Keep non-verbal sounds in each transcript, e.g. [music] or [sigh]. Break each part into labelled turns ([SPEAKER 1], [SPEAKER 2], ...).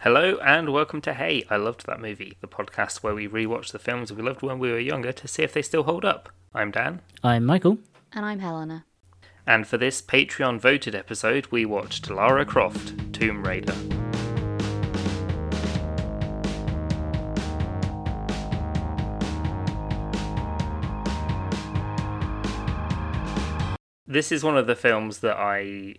[SPEAKER 1] Hello and welcome to Hey, I Loved That Movie, the podcast where we rewatch the films we loved when we were younger to see if they still hold up. I'm Dan,
[SPEAKER 2] I'm Michael.
[SPEAKER 3] And I'm Helena.
[SPEAKER 1] and for this Patreon voted episode, we watched Lara Croft, Tomb Raider. This is one of the films that I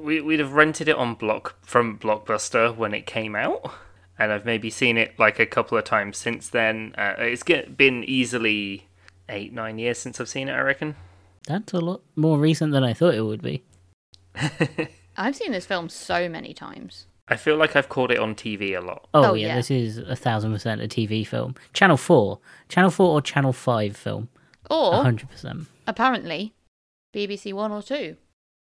[SPEAKER 1] we, we'd have rented it on block from Blockbuster when it came out, and I've maybe seen it like a couple of times since then. Uh, it's get, been easily eight nine years since I've seen it. I reckon. [laughs]
[SPEAKER 2] That's a lot more recent than I thought it would be.
[SPEAKER 3] I've seen this film so many times.
[SPEAKER 1] I feel like I've caught it on TV a lot.
[SPEAKER 2] Oh,
[SPEAKER 3] Oh,
[SPEAKER 2] yeah,
[SPEAKER 3] yeah.
[SPEAKER 2] this is a thousand percent a TV film. Channel four, Channel four or Channel five film.
[SPEAKER 3] Or,
[SPEAKER 2] A hundred percent.
[SPEAKER 3] apparently, BBC One or Two.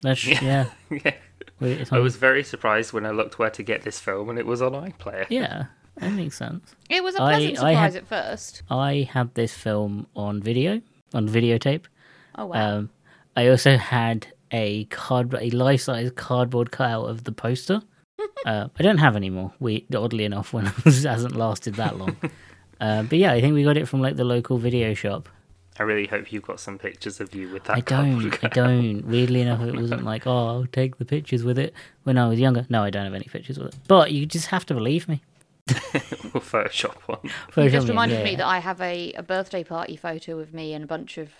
[SPEAKER 2] That's yeah.
[SPEAKER 1] [laughs] yeah.
[SPEAKER 2] Wait, it's
[SPEAKER 1] I
[SPEAKER 2] on-
[SPEAKER 1] was very surprised when I looked where to get this film and it was on iPlayer.
[SPEAKER 2] Yeah, that makes sense.
[SPEAKER 3] It was a
[SPEAKER 2] I-
[SPEAKER 3] pleasant
[SPEAKER 2] I
[SPEAKER 3] surprise
[SPEAKER 2] had-
[SPEAKER 3] at first.
[SPEAKER 2] I had this film on video, on videotape.
[SPEAKER 3] Oh, wow.
[SPEAKER 2] Um, I also had a card, a life-size cardboard cutout of the poster. uh, I don't have any more. We oddly enough, when [laughs] it hasn't lasted that long. uh, but yeah, I think we got it from like the local video shop.
[SPEAKER 1] I really hope you've got some pictures of you with that.
[SPEAKER 2] I
[SPEAKER 1] cardboard
[SPEAKER 2] don't. I
[SPEAKER 1] cutout.
[SPEAKER 2] don't. Weirdly enough, it wasn't like, oh, I'll take the pictures with it when I was younger. No, I don't have any pictures with it. But you just have to believe me.
[SPEAKER 1] [laughs] Or Photoshop one.
[SPEAKER 3] You
[SPEAKER 2] Photoshop
[SPEAKER 3] just
[SPEAKER 2] me,
[SPEAKER 3] reminded
[SPEAKER 2] yeah.
[SPEAKER 3] me that I have a, a birthday party photo of me and a bunch of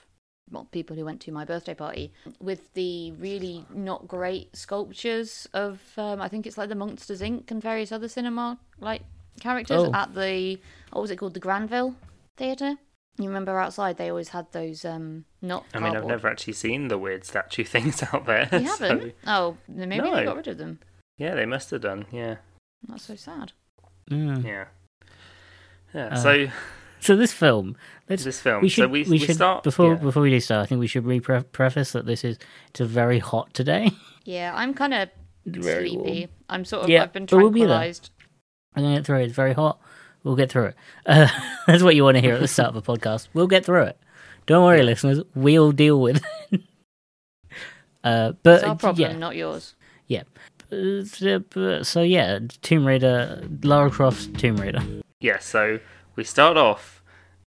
[SPEAKER 3] well, people who went to my birthday party with the really not great sculptures of, um, I think it's like the Monsters Inc. and various other cinema like characters
[SPEAKER 2] Oh.
[SPEAKER 3] at the, what was it called, the Granville Theatre? You remember outside they always had those um, not
[SPEAKER 1] I mean, I've
[SPEAKER 3] cardboard.
[SPEAKER 1] never actually seen the weird statue [laughs] things out there.
[SPEAKER 3] You
[SPEAKER 1] so-
[SPEAKER 3] haven't? Oh, then maybe
[SPEAKER 1] No.
[SPEAKER 3] they got rid of them.
[SPEAKER 1] yeah, they must have done. Yeah,
[SPEAKER 3] That's so sad.
[SPEAKER 2] Mm.
[SPEAKER 1] yeah, yeah.
[SPEAKER 2] Uh,
[SPEAKER 1] so
[SPEAKER 2] So this film, let's
[SPEAKER 1] this film.
[SPEAKER 2] we should
[SPEAKER 1] so we,
[SPEAKER 2] we,
[SPEAKER 1] we
[SPEAKER 2] should
[SPEAKER 1] start
[SPEAKER 2] before
[SPEAKER 1] yeah.
[SPEAKER 2] before we do start. I think we should repre- preface that this is it's a very hot today.
[SPEAKER 3] Yeah, I'm kind of
[SPEAKER 2] very
[SPEAKER 3] sleepy.
[SPEAKER 2] warm.
[SPEAKER 3] I'm sort of.
[SPEAKER 2] Yeah,
[SPEAKER 3] I've been
[SPEAKER 2] but we'll be there.
[SPEAKER 3] tranquilized.
[SPEAKER 2] I'm gonna get through it. It's very hot. We'll get through it. [laughs] Uh, that's what you want to hear at the start of a podcast. We'll get through it. Don't worry, listeners. We'll deal with. it. [laughs] uh, but
[SPEAKER 3] It's our problem,
[SPEAKER 2] yeah,
[SPEAKER 3] not yours.
[SPEAKER 2] yeah. Uh, So yeah, Tomb Raider, Lara Croft's Tomb Raider.
[SPEAKER 1] Yeah, so we start off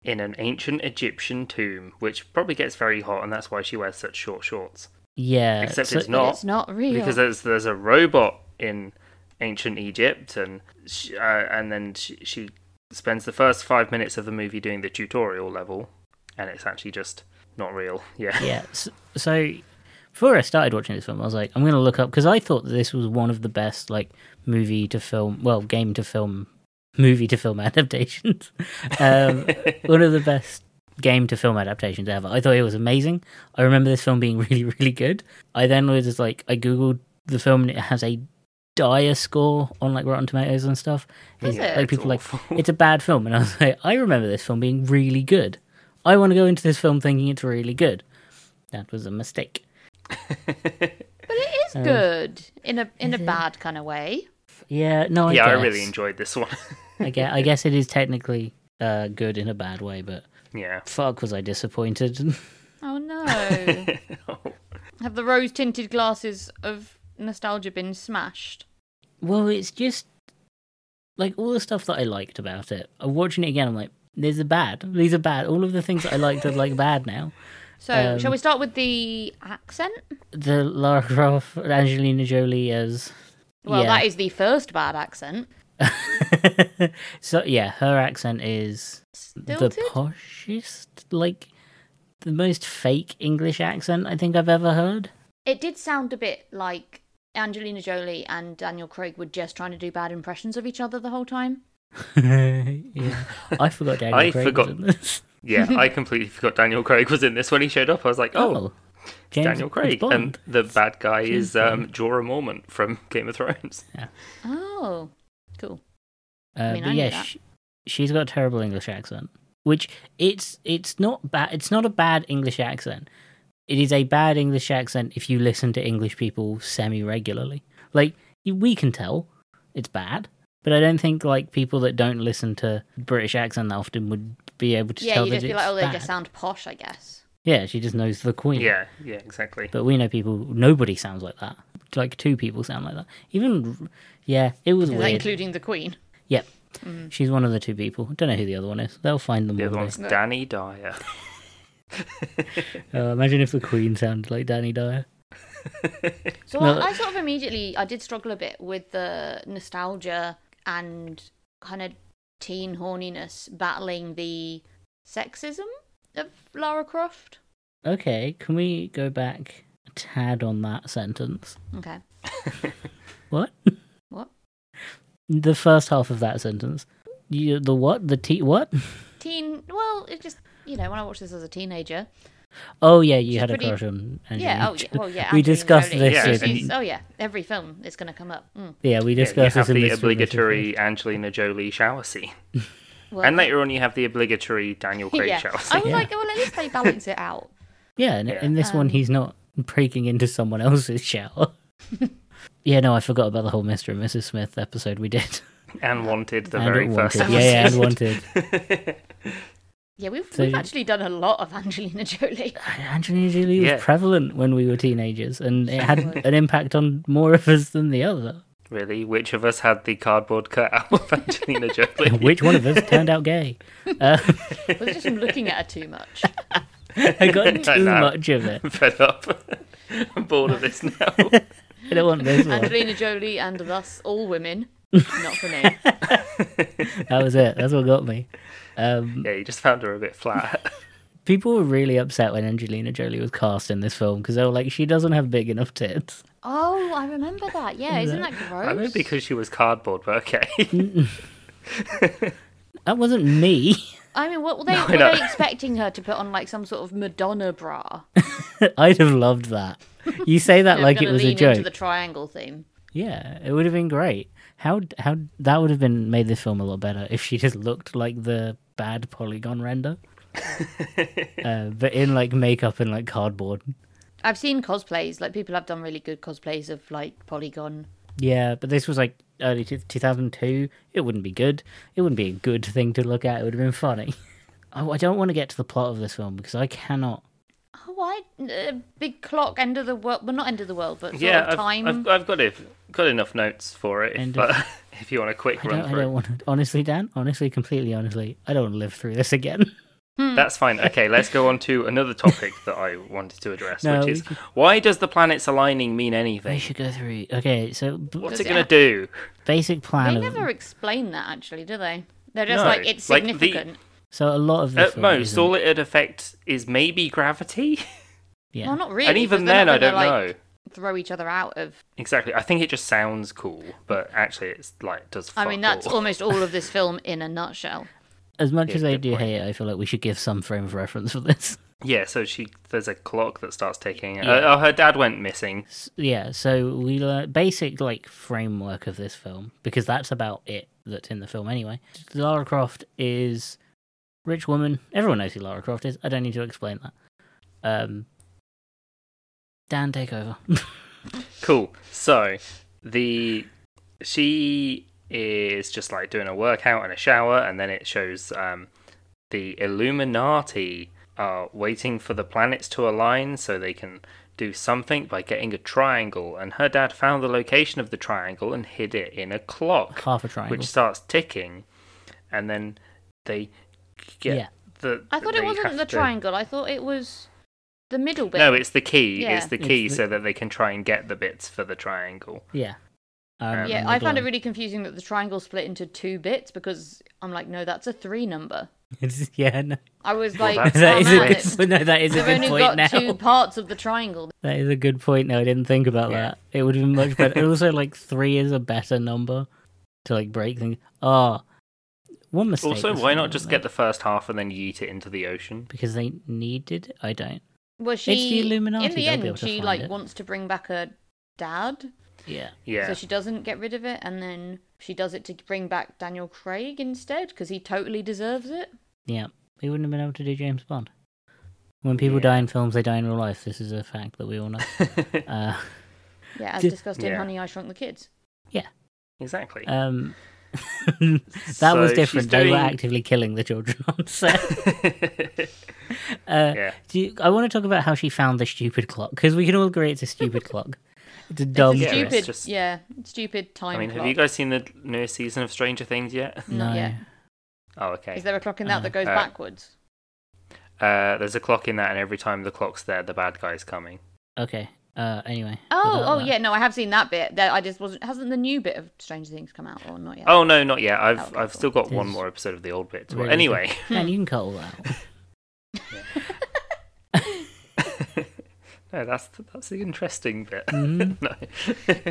[SPEAKER 1] in an ancient Egyptian tomb, which probably gets very hot, and that's why she wears such short shorts.
[SPEAKER 2] Yeah,
[SPEAKER 1] Except
[SPEAKER 2] so-
[SPEAKER 1] it's
[SPEAKER 3] But
[SPEAKER 1] not
[SPEAKER 3] it's not real.
[SPEAKER 1] because there's there's a robot in ancient Egypt, and she, uh, and then she, she spends the first five minutes of the movie doing the tutorial level, and it's actually just not real. [laughs] Yeah,
[SPEAKER 2] yeah. s- So before I started watching this film, I was like, I'm going to look up because I thought that this was one of the best like movie to film, well, game to film, movie to film [laughs] adaptations.
[SPEAKER 1] [laughs]
[SPEAKER 2] um, one of the best game to film adaptations ever. I thought it was amazing. I remember this film being [laughs] really, really good. I then was just like, I googled the film and it has a dire score on like Rotten Tomatoes and stuff.
[SPEAKER 3] Is
[SPEAKER 1] Yeah,
[SPEAKER 3] it?
[SPEAKER 2] Like
[SPEAKER 1] it's
[SPEAKER 2] people
[SPEAKER 1] awful. [laughs]
[SPEAKER 2] like it's a bad film, and I was like, I remember this film being really good. I want to go into this film thinking it's really good. That was a mistake.
[SPEAKER 3] But it
[SPEAKER 2] Oh.
[SPEAKER 3] is good in a in a
[SPEAKER 2] Mm-hmm.
[SPEAKER 3] bad kind of way.
[SPEAKER 2] Yeah, no, I
[SPEAKER 1] yeah, I
[SPEAKER 2] guess.
[SPEAKER 1] really enjoyed this one.
[SPEAKER 2] I guess, I guess it is technically uh, good in a bad way, but
[SPEAKER 1] [laughs] yeah.
[SPEAKER 2] fuck, was I disappointed? [laughs]
[SPEAKER 3] Oh
[SPEAKER 1] [laughs]
[SPEAKER 3] no! [laughs] Have
[SPEAKER 1] Oh.
[SPEAKER 3] the rose tinted glasses of nostalgia been smashed?
[SPEAKER 2] Well, it's just like all the stuff that I liked about it. I'm watching it again. I'm like, these are bad. These are bad. All of the things that I liked are like bad now.
[SPEAKER 3] So
[SPEAKER 2] Um,
[SPEAKER 3] shall we start with the accent?
[SPEAKER 2] The Lara Croft, Angelina Jolie as [laughs]
[SPEAKER 3] Well,
[SPEAKER 2] yeah.
[SPEAKER 3] that is the first bad accent.
[SPEAKER 2] so yeah, her accent is
[SPEAKER 3] Stilted.
[SPEAKER 2] the poshest, like the most fake English accent I think I've ever heard.
[SPEAKER 3] it did sound a bit like Angelina Jolie and Daniel Craig were just trying to do bad impressions of each other the whole time.
[SPEAKER 2] yeah, I forgot Daniel
[SPEAKER 1] I
[SPEAKER 2] Craig
[SPEAKER 1] forgot-
[SPEAKER 2] was in this.
[SPEAKER 1] Yeah,
[SPEAKER 2] [laughs]
[SPEAKER 1] I completely forgot Daniel Craig was in this when he showed up. I was like, oh,
[SPEAKER 2] James
[SPEAKER 1] Daniel Craig, um,
[SPEAKER 2] Bond.
[SPEAKER 1] and the bad guy is um, Jorah Mormont from Game of Thrones.
[SPEAKER 3] Oh, cool.
[SPEAKER 2] Uh,
[SPEAKER 3] mean,
[SPEAKER 2] but
[SPEAKER 3] I knew
[SPEAKER 2] yeah,
[SPEAKER 3] that.
[SPEAKER 2] sh she's got a terrible English accent, which it's it's not bad. It's not a bad English accent. It is a bad English accent if you listen to English people semi regularly. Like you- we can tell it's bad, but I don't think like people that don't listen to British accent that often would be able to
[SPEAKER 3] yeah,
[SPEAKER 2] tell
[SPEAKER 3] you
[SPEAKER 2] that
[SPEAKER 3] just be
[SPEAKER 2] it's
[SPEAKER 3] like, oh, they
[SPEAKER 2] bad.
[SPEAKER 3] just sound posh, I guess.
[SPEAKER 2] yeah, she just knows the Queen.
[SPEAKER 1] Yeah, yeah, exactly.
[SPEAKER 2] but we know people. Nobody sounds like that. like two people sound like that. Even yeah, it was
[SPEAKER 3] Is that
[SPEAKER 2] weird.
[SPEAKER 3] including the Queen.
[SPEAKER 2] Yep. She's one of the two people. Don't know who the other one is. They'll find them.
[SPEAKER 1] The
[SPEAKER 2] one
[SPEAKER 1] other
[SPEAKER 2] day.
[SPEAKER 1] one's Danny Dyer.
[SPEAKER 2] Uh, imagine if the Queen sounded like Danny Dyer.
[SPEAKER 3] So
[SPEAKER 2] No.
[SPEAKER 3] I, I sort of immediately I did struggle a bit with the nostalgia and kind of teen horniness battling the sexism of Lara Croft.
[SPEAKER 2] Okay, can we go back a tad on that sentence?
[SPEAKER 3] Okay.
[SPEAKER 2] What? [laughs]
[SPEAKER 3] What?
[SPEAKER 2] the first half of that sentence. You, the what? The T what?
[SPEAKER 3] Teen well, it just you know, when I watched this as a teenager.
[SPEAKER 2] Oh yeah, you
[SPEAKER 3] She's
[SPEAKER 2] had a
[SPEAKER 3] pretty-
[SPEAKER 2] crush on.
[SPEAKER 3] Yeah,
[SPEAKER 2] Angelina
[SPEAKER 3] oh yeah,
[SPEAKER 2] Jo-
[SPEAKER 3] well
[SPEAKER 2] [laughs]
[SPEAKER 3] yeah.
[SPEAKER 2] we
[SPEAKER 3] Angelina
[SPEAKER 2] discussed
[SPEAKER 3] Jolie.
[SPEAKER 2] this.
[SPEAKER 1] Yeah,
[SPEAKER 2] with-
[SPEAKER 1] and-
[SPEAKER 3] She's- oh yeah, every film is gonna come up. Mm.
[SPEAKER 2] yeah,
[SPEAKER 1] [laughs] Yeah,
[SPEAKER 2] we
[SPEAKER 1] you
[SPEAKER 2] discussed
[SPEAKER 1] have
[SPEAKER 2] this in
[SPEAKER 1] the
[SPEAKER 2] this room with the
[SPEAKER 1] obligatory Angelina Jolie shower scene,
[SPEAKER 3] Well,
[SPEAKER 1] and later on you have the obligatory Daniel Craig
[SPEAKER 3] yeah.
[SPEAKER 1] shower
[SPEAKER 3] I
[SPEAKER 1] scene.
[SPEAKER 3] was like, well, at least they balance it out.
[SPEAKER 2] Yeah, and
[SPEAKER 1] Yeah.
[SPEAKER 2] in this one,
[SPEAKER 3] Um,
[SPEAKER 2] he's not breaking into someone else's
[SPEAKER 3] [laughs]
[SPEAKER 2] shower. yeah, no, I forgot about the whole Mr. and Mrs. Smith episode we did.
[SPEAKER 1] [laughs] And wanted the
[SPEAKER 2] [laughs] and
[SPEAKER 1] very
[SPEAKER 2] Wanted.
[SPEAKER 1] first
[SPEAKER 2] Yeah,
[SPEAKER 1] episode.
[SPEAKER 2] yeah, and wanted.
[SPEAKER 3] Yeah, we've,
[SPEAKER 2] So
[SPEAKER 3] we've
[SPEAKER 2] you-
[SPEAKER 3] actually done a lot of Angelina Jolie.
[SPEAKER 2] Angelina Jolie
[SPEAKER 1] Yeah.
[SPEAKER 2] was prevalent when we were teenagers, and it had an impact on more of us than the other.
[SPEAKER 1] [laughs] Really, which of us had the cardboard cutout of Angelina
[SPEAKER 2] [laughs]
[SPEAKER 1] Jolie?
[SPEAKER 2] Which one of us turned
[SPEAKER 1] [laughs]
[SPEAKER 2] out gay? Uh,
[SPEAKER 3] We're just looking at her
[SPEAKER 2] [laughs]
[SPEAKER 3] too much.
[SPEAKER 2] I got too
[SPEAKER 1] know.
[SPEAKER 2] much of it.
[SPEAKER 1] [laughs] Fed up. [laughs] I'm bored of this
[SPEAKER 2] [laughs]
[SPEAKER 1] now. [laughs]
[SPEAKER 2] I don't want this one.
[SPEAKER 3] Angelina Jolie and thus all women. Not for
[SPEAKER 2] [laughs]
[SPEAKER 3] me.
[SPEAKER 2] That was it. That's what got me. Um,
[SPEAKER 1] yeah, you just found her a bit flat. [laughs]
[SPEAKER 2] people were really upset when Angelina Jolie was cast in this film because they were like, she doesn't have big enough tits.
[SPEAKER 3] Oh, I remember that. Yeah, isn't that gross?
[SPEAKER 1] I know because she was cardboard, but
[SPEAKER 2] Mm.
[SPEAKER 1] okay. [laughs]
[SPEAKER 2] That wasn't me. [laughs]
[SPEAKER 3] I mean, what were they,
[SPEAKER 1] I
[SPEAKER 3] were
[SPEAKER 1] know.
[SPEAKER 3] they expecting her to put on like some sort of
[SPEAKER 2] [laughs]
[SPEAKER 3] Madonna bra?
[SPEAKER 2] I'd have loved that. You say that
[SPEAKER 3] They're
[SPEAKER 2] like it
[SPEAKER 3] gonna
[SPEAKER 2] was a
[SPEAKER 3] lean
[SPEAKER 2] joke.
[SPEAKER 3] Into the triangle theme.
[SPEAKER 2] Yeah, it would have been great. How how that would have been made this film a lot better if she just looked like the bad
[SPEAKER 1] [laughs]
[SPEAKER 2] polygon render, uh, but in like makeup and like cardboard.
[SPEAKER 3] I've seen cosplays. Like people have done really good cosplays of like polygon.
[SPEAKER 2] Yeah, but this was like early two thousand two. It wouldn't be good. It wouldn't be a good thing to look at. It would have been funny. [laughs] Oh, I, I don't want to get to the plot of this film because I cannot.
[SPEAKER 3] Oh, why uh, big clock? End of the world. Well, not end of the world, but sort
[SPEAKER 1] yeah,
[SPEAKER 3] of
[SPEAKER 1] I've,
[SPEAKER 3] time.
[SPEAKER 1] I've, I've got it. Got enough notes for it. If,
[SPEAKER 2] And,
[SPEAKER 1] but [laughs] if you want a quick
[SPEAKER 2] I
[SPEAKER 1] run
[SPEAKER 2] don't. I
[SPEAKER 1] through,
[SPEAKER 2] don't want to. Honestly, Dan. Honestly, completely honestly, I don't want to live through this again. [laughs]
[SPEAKER 3] Mm.
[SPEAKER 1] that's
[SPEAKER 3] [laughs]
[SPEAKER 1] fine. Okay, let's go on to another topic that I wanted to address,
[SPEAKER 2] No,
[SPEAKER 1] which
[SPEAKER 2] we
[SPEAKER 1] is
[SPEAKER 2] can-
[SPEAKER 1] why does the planets aligning mean
[SPEAKER 2] I
[SPEAKER 1] anything?
[SPEAKER 2] should go through. Okay, so b-
[SPEAKER 1] What's
[SPEAKER 3] Does
[SPEAKER 1] it
[SPEAKER 3] it
[SPEAKER 1] gonna
[SPEAKER 3] have-
[SPEAKER 1] do?
[SPEAKER 2] basic plan
[SPEAKER 3] They
[SPEAKER 2] of
[SPEAKER 3] never explain that actually, do they? They're just
[SPEAKER 1] No,
[SPEAKER 3] like it's
[SPEAKER 1] like the-
[SPEAKER 3] significant.
[SPEAKER 2] so a lot of the
[SPEAKER 1] At
[SPEAKER 2] film
[SPEAKER 1] most,
[SPEAKER 2] isn't-
[SPEAKER 1] all it'd affect is maybe gravity, [laughs]
[SPEAKER 2] yeah.
[SPEAKER 3] Well, not really.
[SPEAKER 1] and
[SPEAKER 3] 'cause
[SPEAKER 1] even
[SPEAKER 3] they're
[SPEAKER 1] then,
[SPEAKER 3] not
[SPEAKER 1] I don't
[SPEAKER 3] gonna, like,
[SPEAKER 1] know
[SPEAKER 3] Throw each other out of.
[SPEAKER 1] exactly. I think it just sounds cool, but actually, it's like does.
[SPEAKER 3] I
[SPEAKER 1] fuck
[SPEAKER 3] mean, that's
[SPEAKER 1] all.
[SPEAKER 3] almost all of this film in
[SPEAKER 1] [laughs]
[SPEAKER 3] a nutshell.
[SPEAKER 2] as much
[SPEAKER 1] Yeah,
[SPEAKER 2] as I
[SPEAKER 1] good
[SPEAKER 2] do
[SPEAKER 1] point.
[SPEAKER 2] hate it, I feel like we should give some frame of reference for this.
[SPEAKER 1] [laughs]
[SPEAKER 2] [laughs]
[SPEAKER 1] Yeah, so she there's a clock that starts ticking.
[SPEAKER 2] Yeah.
[SPEAKER 1] Uh, oh, her dad went missing.
[SPEAKER 2] S- yeah, so we learn basic like framework of this film because that's about it that's in the film anyway. Lara Croft is rich woman. Everyone knows who Lara Croft is. I don't need to explain that. Um, Dan, take over. [laughs]
[SPEAKER 1] Cool. So the she is just like doing a workout and a shower, and then it shows um, the Illuminati are waiting for the planets to align so they can do something by getting a triangle. And her dad found the location of the triangle and hid it in a clock,
[SPEAKER 2] Half a triangle.
[SPEAKER 1] which starts ticking, and then they get
[SPEAKER 2] Yeah.
[SPEAKER 1] the.
[SPEAKER 3] I thought
[SPEAKER 1] they
[SPEAKER 3] it wasn't
[SPEAKER 1] have
[SPEAKER 3] the
[SPEAKER 1] to-
[SPEAKER 3] triangle. I thought it was the middle bit.
[SPEAKER 1] No, it's the key.
[SPEAKER 3] Yeah.
[SPEAKER 1] It's the
[SPEAKER 2] It's
[SPEAKER 1] key
[SPEAKER 2] the-
[SPEAKER 1] so that they can try and get the bits for the triangle.
[SPEAKER 2] Yeah.
[SPEAKER 1] Yeah,
[SPEAKER 2] Um,
[SPEAKER 3] yeah,
[SPEAKER 2] and
[SPEAKER 3] I
[SPEAKER 2] the
[SPEAKER 3] found it
[SPEAKER 2] blonde.
[SPEAKER 3] really confusing that the triangle split into two bits because I'm like, no, that's a three number.
[SPEAKER 2] It's- [laughs] yeah, no,
[SPEAKER 3] I was
[SPEAKER 1] Well,
[SPEAKER 3] like,
[SPEAKER 1] that's-
[SPEAKER 2] [laughs] that
[SPEAKER 3] oh,
[SPEAKER 2] is
[SPEAKER 3] man,
[SPEAKER 2] a
[SPEAKER 3] it's-
[SPEAKER 2] good. No, that is a
[SPEAKER 3] they've
[SPEAKER 2] good
[SPEAKER 3] only
[SPEAKER 2] point
[SPEAKER 3] got
[SPEAKER 2] now.
[SPEAKER 3] two parts of the triangle.
[SPEAKER 2] That is a good point. No, I didn't think about
[SPEAKER 1] Yeah.
[SPEAKER 2] that. It would have been much better. also, like three is a better number to like break things. Ah, one mistake.
[SPEAKER 1] Also,
[SPEAKER 2] was
[SPEAKER 1] why
[SPEAKER 2] made,
[SPEAKER 1] not just
[SPEAKER 2] wasn't
[SPEAKER 1] get the first half and then yeet it into the ocean?
[SPEAKER 2] because they needed. it? I don't.
[SPEAKER 3] Well, she
[SPEAKER 2] Illuminati,
[SPEAKER 3] in
[SPEAKER 2] they'll
[SPEAKER 3] the
[SPEAKER 2] be able
[SPEAKER 3] end,
[SPEAKER 2] to
[SPEAKER 3] she
[SPEAKER 2] find
[SPEAKER 3] like
[SPEAKER 2] it.
[SPEAKER 3] wants to bring back her dad,
[SPEAKER 2] Yeah,
[SPEAKER 1] Yeah.
[SPEAKER 3] so she doesn't get rid of it, and then she does it to bring back Daniel Craig instead because he totally deserves it.
[SPEAKER 2] yeah. We wouldn't have been able to do James Bond. When people
[SPEAKER 1] Yeah.
[SPEAKER 2] die in films, they die in real life. This is a fact that we
[SPEAKER 1] [laughs]
[SPEAKER 2] all know. uh,
[SPEAKER 3] Yeah, as
[SPEAKER 2] D-
[SPEAKER 3] discussed in
[SPEAKER 1] Yeah.
[SPEAKER 3] Honey, I Shrunk the Kids.
[SPEAKER 1] exactly. [laughs]
[SPEAKER 2] [laughs] um, that
[SPEAKER 1] So
[SPEAKER 2] was
[SPEAKER 1] she's
[SPEAKER 2] different. They were
[SPEAKER 1] doing-
[SPEAKER 2] actively killing the children [laughs]
[SPEAKER 1] [laughs]
[SPEAKER 2] on set. Uh,
[SPEAKER 1] yeah.
[SPEAKER 2] Do you, I want to talk about how she found the stupid clock because we can all agree it's a stupid clock. It's a dumb
[SPEAKER 1] Yeah, it's
[SPEAKER 3] stupid,
[SPEAKER 2] trick.
[SPEAKER 1] just-
[SPEAKER 3] yeah, stupid time.
[SPEAKER 1] I mean, have
[SPEAKER 3] clock.
[SPEAKER 1] you guys seen the newest season of Stranger Things yet? [laughs]
[SPEAKER 3] Not
[SPEAKER 2] No.
[SPEAKER 3] yet.
[SPEAKER 1] Oh, okay.
[SPEAKER 3] Is there a clock in that
[SPEAKER 2] Uh,
[SPEAKER 3] that goes
[SPEAKER 1] uh,
[SPEAKER 3] backwards?
[SPEAKER 1] Uh, there's a clock in that, and every time the clock's there, the bad guy's coming.
[SPEAKER 2] Okay. Uh, anyway.
[SPEAKER 3] Oh,
[SPEAKER 2] without
[SPEAKER 3] oh
[SPEAKER 2] that-
[SPEAKER 3] yeah, no, I have seen that bit. That I just wasn't. Hasn't the new bit of Stranger Things come out or not [laughs] yet?
[SPEAKER 1] Oh no, not yet. I've
[SPEAKER 3] Oh, okay,
[SPEAKER 1] I've
[SPEAKER 3] cool.
[SPEAKER 1] still got one
[SPEAKER 2] There's
[SPEAKER 1] more episode of the old bit. to-
[SPEAKER 2] really
[SPEAKER 1] anyway,
[SPEAKER 2] [laughs]
[SPEAKER 1] [laughs]
[SPEAKER 2] Man, you can cut all that out.
[SPEAKER 1] no, that's that's the interesting bit. [laughs] no.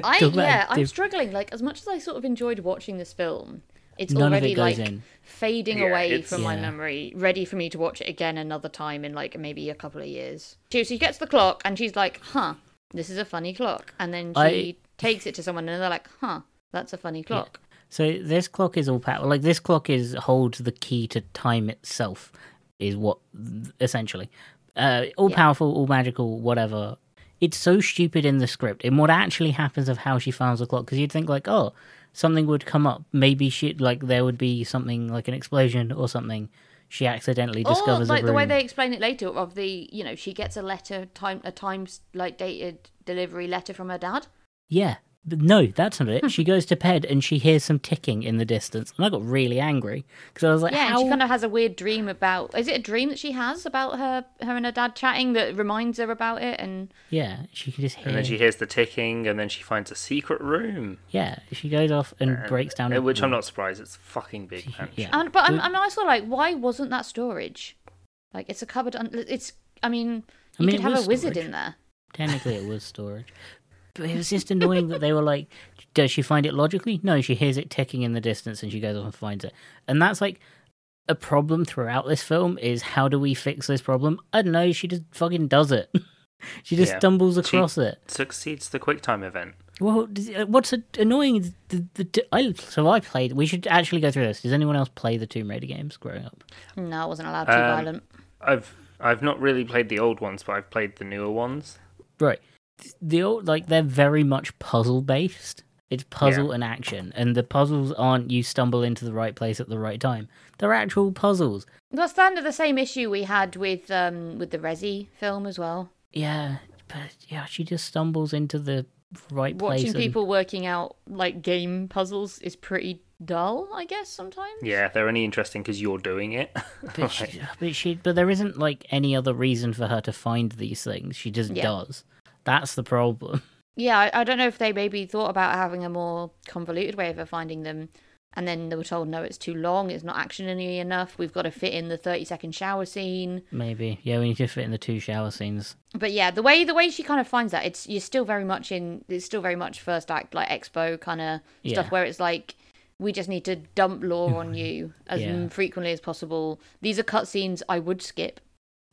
[SPEAKER 3] I
[SPEAKER 2] Don't let
[SPEAKER 3] yeah,
[SPEAKER 2] it
[SPEAKER 3] I'm
[SPEAKER 2] do-
[SPEAKER 3] struggling. Like as much as I sort of enjoyed watching this film, it's
[SPEAKER 2] None of
[SPEAKER 3] already
[SPEAKER 2] it goes
[SPEAKER 3] like
[SPEAKER 2] in.
[SPEAKER 3] fading
[SPEAKER 1] Yeah,
[SPEAKER 3] away
[SPEAKER 1] it's-
[SPEAKER 3] from my
[SPEAKER 2] Yeah.
[SPEAKER 3] memory, ready for me to watch it again another time in like maybe a couple of years. She, she gets the clock and she's like, "Huh, this is a funny clock," and then she takes it to someone and they're like, "Huh, that's a funny clock."
[SPEAKER 2] So this clock is all power. Like this clock is holds the key to time itself, is what essentially, uh, all
[SPEAKER 3] Yeah.
[SPEAKER 2] powerful, all magical, whatever. It's so stupid in the script. In what actually happens of how she finds the clock, because you'd think like, oh, something would come up. Maybe she like there would be something like an explosion or something. She accidentally
[SPEAKER 3] Or
[SPEAKER 2] discovers
[SPEAKER 3] like
[SPEAKER 2] a
[SPEAKER 3] the way
[SPEAKER 2] room.
[SPEAKER 3] they explain it later of the you know she gets a letter time a times like dated delivery letter from her dad.
[SPEAKER 2] Yeah. But no, that's not
[SPEAKER 3] Hmm.
[SPEAKER 2] it. she goes to bed and she hears some ticking in the distance, and I got really angry because I was like,
[SPEAKER 3] Yeah,
[SPEAKER 2] how?
[SPEAKER 3] and she kind of has a weird dream about. Is it a dream that she has about her, her and her dad chatting that reminds her about it? And
[SPEAKER 2] Yeah, she can just hear.
[SPEAKER 1] and then she hears the ticking, and then she finds a secret room,
[SPEAKER 2] Yeah, she goes off and
[SPEAKER 1] And-
[SPEAKER 2] breaks down.
[SPEAKER 1] uh,
[SPEAKER 2] a
[SPEAKER 1] Which I'm
[SPEAKER 2] wall.
[SPEAKER 1] not surprised. It's a fucking big. Mansion.
[SPEAKER 2] Yeah.
[SPEAKER 3] and but I'm,
[SPEAKER 2] Well-
[SPEAKER 3] I'm also like, why wasn't that storage? Like it's a cupboard. Un- it's I mean,
[SPEAKER 2] I
[SPEAKER 3] you
[SPEAKER 2] mean,
[SPEAKER 3] could
[SPEAKER 2] it
[SPEAKER 3] have a
[SPEAKER 2] was
[SPEAKER 3] wizard
[SPEAKER 2] storage.
[SPEAKER 3] in there.
[SPEAKER 2] [laughs] Technically, it was storage, but it was just annoying that they were like, "Does she find it logically?" No, she hears it ticking in the distance, and she goes off and finds it. And that's like a problem throughout this film: is how do we fix this problem? I don't know. She just fucking does it. [laughs] she just
[SPEAKER 1] Yeah.
[SPEAKER 2] stumbles
[SPEAKER 1] She-
[SPEAKER 2] across it.
[SPEAKER 1] Succeeds the quick time event.
[SPEAKER 2] Well, does- uh, what's a- annoying is the, the, the I so I played. We should actually go through this. Does anyone else play the Tomb Raider games growing up?
[SPEAKER 3] No, I wasn't allowed to
[SPEAKER 1] Um,
[SPEAKER 3] violent.
[SPEAKER 1] I've I've not really played the old ones, but I've played the newer ones.
[SPEAKER 2] Right. The old, like they're very much puzzle based. It's puzzle
[SPEAKER 1] Yeah.
[SPEAKER 2] and action, and the puzzles aren't you stumble into the right place at the right time. They're actual puzzles.
[SPEAKER 3] That's kind of the same issue we had with um with the Resi film as well.
[SPEAKER 2] Yeah, but yeah, she just stumbles into the right place.
[SPEAKER 3] Watching
[SPEAKER 2] and-
[SPEAKER 3] people working out like game puzzles is pretty dull, I guess sometimes.
[SPEAKER 1] Yeah, they're only interesting because you're doing it.
[SPEAKER 2] [laughs]
[SPEAKER 1] [laughs]
[SPEAKER 2] but, she, but she, but there isn't like any other reason for her to find these things. She just
[SPEAKER 3] Yeah.
[SPEAKER 2] does. That's the problem.
[SPEAKER 3] Yeah, I, I don't know if they maybe thought about having a more convoluted way of finding them, and then they were told, no, it's too long, it's not actiony enough, we've got to fit in the 30 second shower scene.
[SPEAKER 2] Maybe. Yeah, we need to fit in the two shower scenes.
[SPEAKER 3] But yeah, the way the way she kind of finds that, it's you're still very much in, it's still very much first act, like expo kind of
[SPEAKER 2] Yeah.
[SPEAKER 3] stuff where it's like, we just need to dump lore on you as
[SPEAKER 2] Yeah.
[SPEAKER 3] frequently as possible. These are cutscenes I would skip.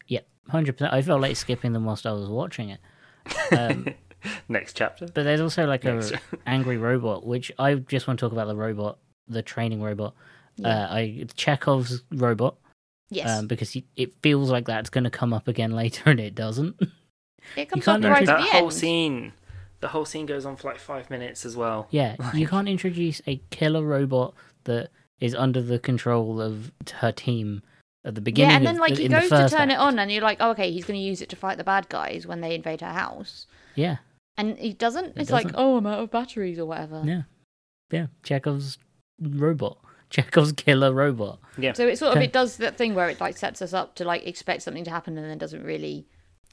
[SPEAKER 2] Yeah, hundred percent. I felt like skipping them whilst I was watching it. Um,
[SPEAKER 1] [laughs] Next chapter.
[SPEAKER 2] But there's also like
[SPEAKER 1] Yes.
[SPEAKER 2] a angry robot, which I just want to talk about the robot, the training robot. Uh, I Chekhov's robot,
[SPEAKER 3] Yes.
[SPEAKER 2] um, because he, it feels like that's going to come up again [laughs] later, and it doesn't. [laughs]
[SPEAKER 3] it comes up
[SPEAKER 2] can't
[SPEAKER 3] right at
[SPEAKER 1] that
[SPEAKER 3] the
[SPEAKER 1] whole
[SPEAKER 3] end.
[SPEAKER 1] scene, the whole scene goes on for like five minutes as well.
[SPEAKER 2] yeah, you can't introduce a killer robot that is under the control of her team at the beginning.
[SPEAKER 3] yeah, and
[SPEAKER 2] of-
[SPEAKER 3] then like he
[SPEAKER 2] in the
[SPEAKER 3] goes to
[SPEAKER 2] first
[SPEAKER 3] turn it
[SPEAKER 2] act.
[SPEAKER 3] on, and you're like, oh, okay, he's going to use it to fight the bad guys when they invade her house,
[SPEAKER 2] Yeah,
[SPEAKER 3] and he doesn't.
[SPEAKER 2] It
[SPEAKER 3] it's like,
[SPEAKER 2] doesn't.
[SPEAKER 3] oh, I'm out of batteries or whatever.
[SPEAKER 2] yeah, yeah. Chekhov's robot, [laughs] Chekhov's killer robot.
[SPEAKER 1] Yeah.
[SPEAKER 3] So it sort of
[SPEAKER 2] Okay.
[SPEAKER 3] it does that thing where it like sets us up to like expect something to happen, and then doesn't really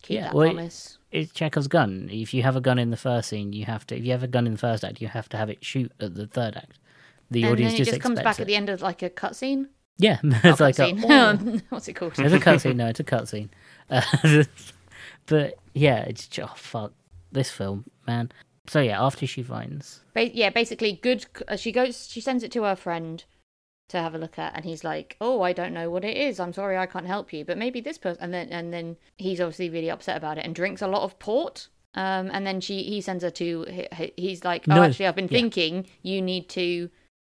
[SPEAKER 3] keep
[SPEAKER 2] Yeah,
[SPEAKER 3] that
[SPEAKER 2] well, it-
[SPEAKER 3] promise.
[SPEAKER 2] it's Chekhov's gun. If you have a gun in the first scene, you have to. If you have a gun in the first act, you have to have it shoot at the third act. The
[SPEAKER 3] and then
[SPEAKER 2] audience
[SPEAKER 3] it
[SPEAKER 2] just,
[SPEAKER 3] just comes
[SPEAKER 2] expects
[SPEAKER 3] back at the end of like a cutscene.
[SPEAKER 2] it. Yeah, [laughs]
[SPEAKER 3] Not
[SPEAKER 2] it's like a,
[SPEAKER 3] cutscene.
[SPEAKER 2] "Oh."
[SPEAKER 3] [laughs] Um, What's it called?
[SPEAKER 2] it's a cutscene. No, it's a cutscene. [laughs] Uh, but yeah, it's just, oh fuck this film, man. So yeah, after she finds,
[SPEAKER 3] Ba- yeah, basically, good. c- Uh, she goes, she sends it to her friend to have a look at, and he's like, "Oh, I don't know what it is. I'm sorry, I can't help you, but maybe this person." And then, and then he's obviously really upset about it and drinks a lot of port. Um, and then she, he sends her to. he- he- He's like, "Oh,
[SPEAKER 2] No,
[SPEAKER 3] actually, I've been
[SPEAKER 2] yeah.
[SPEAKER 3] thinking you need to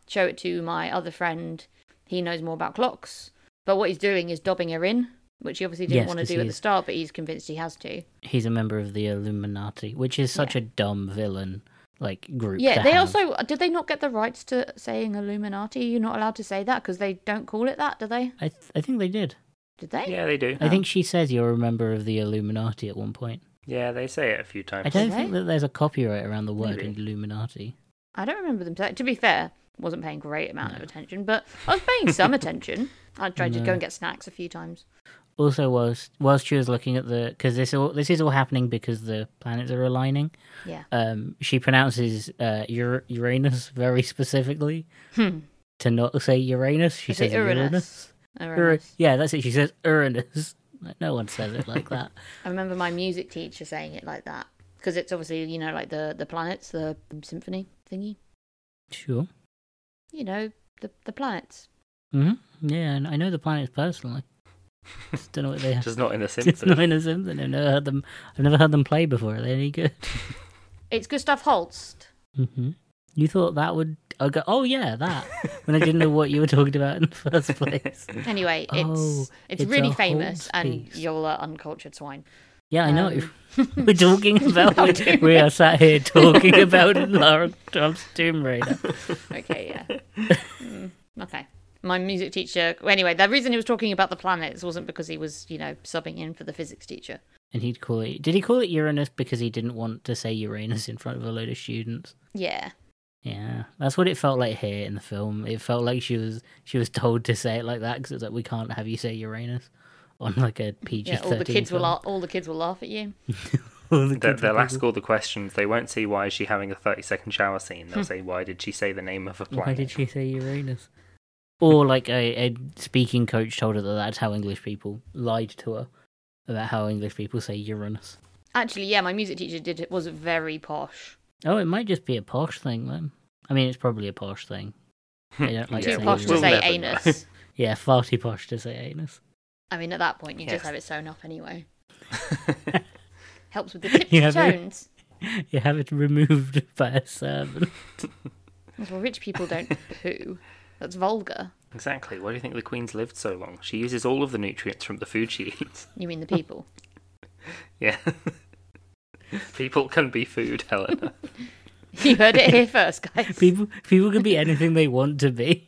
[SPEAKER 3] show it to my other friend. He knows more about clocks." But what he's doing is dobbing her in, which he obviously didn't
[SPEAKER 2] Yes,
[SPEAKER 3] want to
[SPEAKER 2] 'cause
[SPEAKER 3] do
[SPEAKER 2] he
[SPEAKER 3] at the
[SPEAKER 2] is-
[SPEAKER 3] start, but he's convinced he has to.
[SPEAKER 2] he's a member of the Illuminati, which is such a dumb villain like group.
[SPEAKER 3] Yeah,
[SPEAKER 2] to
[SPEAKER 3] they
[SPEAKER 2] have.
[SPEAKER 3] also did they not get the rights to saying Illuminati? You're not allowed to say that because they don't call it that, do they?
[SPEAKER 2] I th- I think they did.
[SPEAKER 3] Did they?
[SPEAKER 1] Yeah, they do.
[SPEAKER 2] I think she says you're a member of the Illuminati at one point.
[SPEAKER 1] Yeah, they say it a few times.
[SPEAKER 2] I don't
[SPEAKER 3] Did
[SPEAKER 2] think
[SPEAKER 3] they?
[SPEAKER 2] that there's a copyright around the word
[SPEAKER 1] Maybe.
[SPEAKER 2] Illuminati.
[SPEAKER 3] I don't remember them. T- to be fair, wasn't paying great amount of attention, but I was
[SPEAKER 2] [laughs]
[SPEAKER 3] paying some attention. I tried to go
[SPEAKER 2] No.
[SPEAKER 3] and get snacks a few times.
[SPEAKER 2] Also, whilst whilst she was looking at the because this all this is all happening because the planets are aligning.
[SPEAKER 3] Yeah.
[SPEAKER 2] Um, she pronounces uh, Ur- Uranus very specifically
[SPEAKER 3] Hmm.
[SPEAKER 2] to not say Uranus. She
[SPEAKER 3] Is
[SPEAKER 2] says
[SPEAKER 3] it Uranus?
[SPEAKER 2] Ur-
[SPEAKER 3] Uranus.
[SPEAKER 2] yeah, that's it. She says Uranus. Like, No one says it like that.
[SPEAKER 3] I remember my music teacher saying it like that because it's obviously you know like the the planets, the symphony thingy.
[SPEAKER 2] Sure.
[SPEAKER 3] You know the the planets.
[SPEAKER 2] hmm Yeah, and I know the planets personally. Just don't know what they have.
[SPEAKER 1] Just not in the
[SPEAKER 2] It's not
[SPEAKER 1] Simpsons.
[SPEAKER 2] in a symphony. I've never heard them. I've never heard them play before. Are they any good? [laughs]
[SPEAKER 3] It's Gustav Holst.
[SPEAKER 2] hmm You thought that would? I go, oh yeah, that. when I didn't know
[SPEAKER 1] [laughs]
[SPEAKER 2] what you were talking about in the first
[SPEAKER 3] [laughs]
[SPEAKER 2] place.
[SPEAKER 3] Anyway, it's
[SPEAKER 2] Oh,
[SPEAKER 3] it's,
[SPEAKER 2] it's
[SPEAKER 3] really
[SPEAKER 2] a
[SPEAKER 3] famous,
[SPEAKER 2] Holst
[SPEAKER 3] and
[SPEAKER 2] piece.
[SPEAKER 3] you're uh, uncultured swine.
[SPEAKER 2] Yeah, I know. what
[SPEAKER 3] Um,
[SPEAKER 2] you're- we're
[SPEAKER 3] [laughs]
[SPEAKER 2] talking about.
[SPEAKER 3] How do
[SPEAKER 2] we are sat here talking about Lara Croft's Tomb Raider.
[SPEAKER 3] Okay, yeah.
[SPEAKER 2] [laughs]
[SPEAKER 3] Mm, okay. My music teacher. well, Anyway, the reason he was talking about the planets wasn't because he was, you know, subbing in for the physics teacher.
[SPEAKER 2] And he'd call it. Did he call it Uranus because he didn't want to say Uranus in front of a load of students?
[SPEAKER 3] Yeah.
[SPEAKER 2] Yeah, that's what it felt like here in the film. It felt like she was she was told to say it like that because it's like we can't have you say Uranus on like a PG
[SPEAKER 3] Yeah.
[SPEAKER 2] thirteen.
[SPEAKER 3] All the kids will la- all the kids will laugh at you. [laughs]
[SPEAKER 1] They- They'll ask all the questions. They won't see why is she having a thirty-second shower scene. They'll say, "Why did she say the name of a planet?"
[SPEAKER 2] Hmm. Why did she say Uranus? Or like a, a speaking coach told her that that's how English people lied to her about how English people say Uranus.
[SPEAKER 3] Actually, yeah, my music teacher did was very posh.
[SPEAKER 2] Oh, it might just be a posh thing then. I mean, it's probably a posh thing. They don't like
[SPEAKER 1] Yeah,
[SPEAKER 3] Too
[SPEAKER 2] saying
[SPEAKER 1] we'll-
[SPEAKER 3] posh to
[SPEAKER 1] we'll
[SPEAKER 2] Uranus.
[SPEAKER 3] say
[SPEAKER 1] never know.
[SPEAKER 2] [laughs]
[SPEAKER 3] anus.
[SPEAKER 2] Yeah, far too posh to say anus. [laughs]
[SPEAKER 3] I mean, at that point, you
[SPEAKER 1] Yes.
[SPEAKER 3] just have it sewn up anyway.
[SPEAKER 2] [laughs]
[SPEAKER 3] Helps with the tips
[SPEAKER 2] You
[SPEAKER 3] and
[SPEAKER 2] have it?
[SPEAKER 3] tones.
[SPEAKER 2] You have it removed [laughs] by a servant.
[SPEAKER 3] That's why rich people don't poo. That's vulgar.
[SPEAKER 1] [laughs] Exactly. Why do you think the Queen's lived so long? She uses all of the nutrients from the food she eats. [laughs]
[SPEAKER 3] You mean the people? [laughs]
[SPEAKER 1] Yeah. People can be food,
[SPEAKER 3] [laughs]
[SPEAKER 1] Helena.
[SPEAKER 3] you heard it
[SPEAKER 2] [laughs]
[SPEAKER 3] here first, guys.
[SPEAKER 2] People people can be anything they want to be.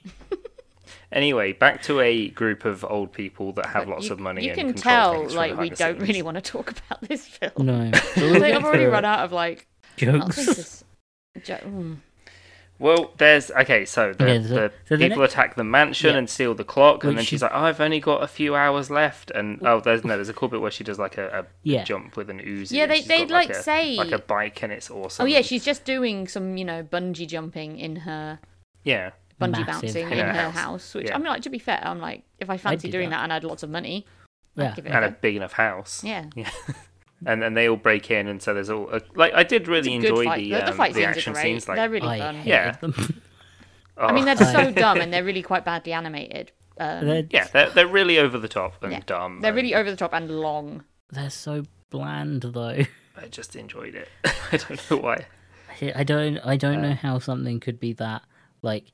[SPEAKER 1] anyway, back to a group of old people that have
[SPEAKER 3] But
[SPEAKER 1] lots
[SPEAKER 3] you-
[SPEAKER 1] of money.
[SPEAKER 3] You
[SPEAKER 1] and
[SPEAKER 3] can
[SPEAKER 1] control
[SPEAKER 3] tell,
[SPEAKER 1] things from
[SPEAKER 3] like, we
[SPEAKER 1] behind the
[SPEAKER 3] don't
[SPEAKER 1] scenes.
[SPEAKER 3] really want to talk about this [laughs] film.
[SPEAKER 2] [laughs] No.
[SPEAKER 3] I think I've already run out of like oh,
[SPEAKER 2] jokes.
[SPEAKER 3] this- jo- mm.
[SPEAKER 1] Well, there's okay. So the,
[SPEAKER 2] Okay, so-
[SPEAKER 1] the,
[SPEAKER 2] so the
[SPEAKER 1] people
[SPEAKER 2] next-
[SPEAKER 1] attack the mansion
[SPEAKER 2] Yeah.
[SPEAKER 1] and steal the clock,
[SPEAKER 2] Which
[SPEAKER 1] and then she's
[SPEAKER 2] is-
[SPEAKER 1] like, "Oh, I've only got a few hours left." And oh, there's no, there's a cool bit where she does like a, a
[SPEAKER 2] [laughs] Yeah.
[SPEAKER 1] jump with an Uzi.
[SPEAKER 3] Yeah,
[SPEAKER 1] and
[SPEAKER 3] they-
[SPEAKER 1] she's
[SPEAKER 3] they,
[SPEAKER 1] got,
[SPEAKER 3] like,
[SPEAKER 1] a,
[SPEAKER 3] say-
[SPEAKER 1] like a bike, and it's awesome.
[SPEAKER 3] Oh yeah, she's just doing some, you know, bungee jumping in her
[SPEAKER 1] yeah.
[SPEAKER 3] bungee
[SPEAKER 2] Massive
[SPEAKER 3] bouncing
[SPEAKER 1] In
[SPEAKER 3] in
[SPEAKER 1] her
[SPEAKER 3] her
[SPEAKER 1] house.
[SPEAKER 3] house. which
[SPEAKER 1] Yeah.
[SPEAKER 3] I'm like, to be fair, I'm like, if I fancy
[SPEAKER 2] do
[SPEAKER 3] doing
[SPEAKER 2] that.
[SPEAKER 3] that. and I had lots of money,
[SPEAKER 2] Yeah.
[SPEAKER 3] I'd give it a
[SPEAKER 1] and a
[SPEAKER 3] go.
[SPEAKER 1] big enough house.
[SPEAKER 3] Yeah.
[SPEAKER 1] [laughs] Yeah. and then they all break in, and so there's all uh, like I did
[SPEAKER 3] It's
[SPEAKER 1] really
[SPEAKER 3] a good
[SPEAKER 1] enjoy
[SPEAKER 3] fight.
[SPEAKER 1] the
[SPEAKER 3] The- the
[SPEAKER 1] um,
[SPEAKER 3] fight scenes are
[SPEAKER 1] action
[SPEAKER 3] great.
[SPEAKER 1] scenes. Like,
[SPEAKER 3] They're really
[SPEAKER 2] I
[SPEAKER 3] fun.
[SPEAKER 2] hated
[SPEAKER 1] Yeah.
[SPEAKER 2] them.
[SPEAKER 3] I mean,
[SPEAKER 1] oh. [laughs]
[SPEAKER 3] they're just so dumb and they're really quite badly animated. [laughs] Um,
[SPEAKER 2] They're,
[SPEAKER 1] yeah, they're they're really over the top and
[SPEAKER 3] yeah.
[SPEAKER 1] dumb.
[SPEAKER 3] They're
[SPEAKER 1] and
[SPEAKER 3] really over the top and long.
[SPEAKER 2] they're so bland though. [laughs]
[SPEAKER 1] I just enjoyed it. [laughs] I don't know why.
[SPEAKER 2] I- I don't I don't know how something could be that like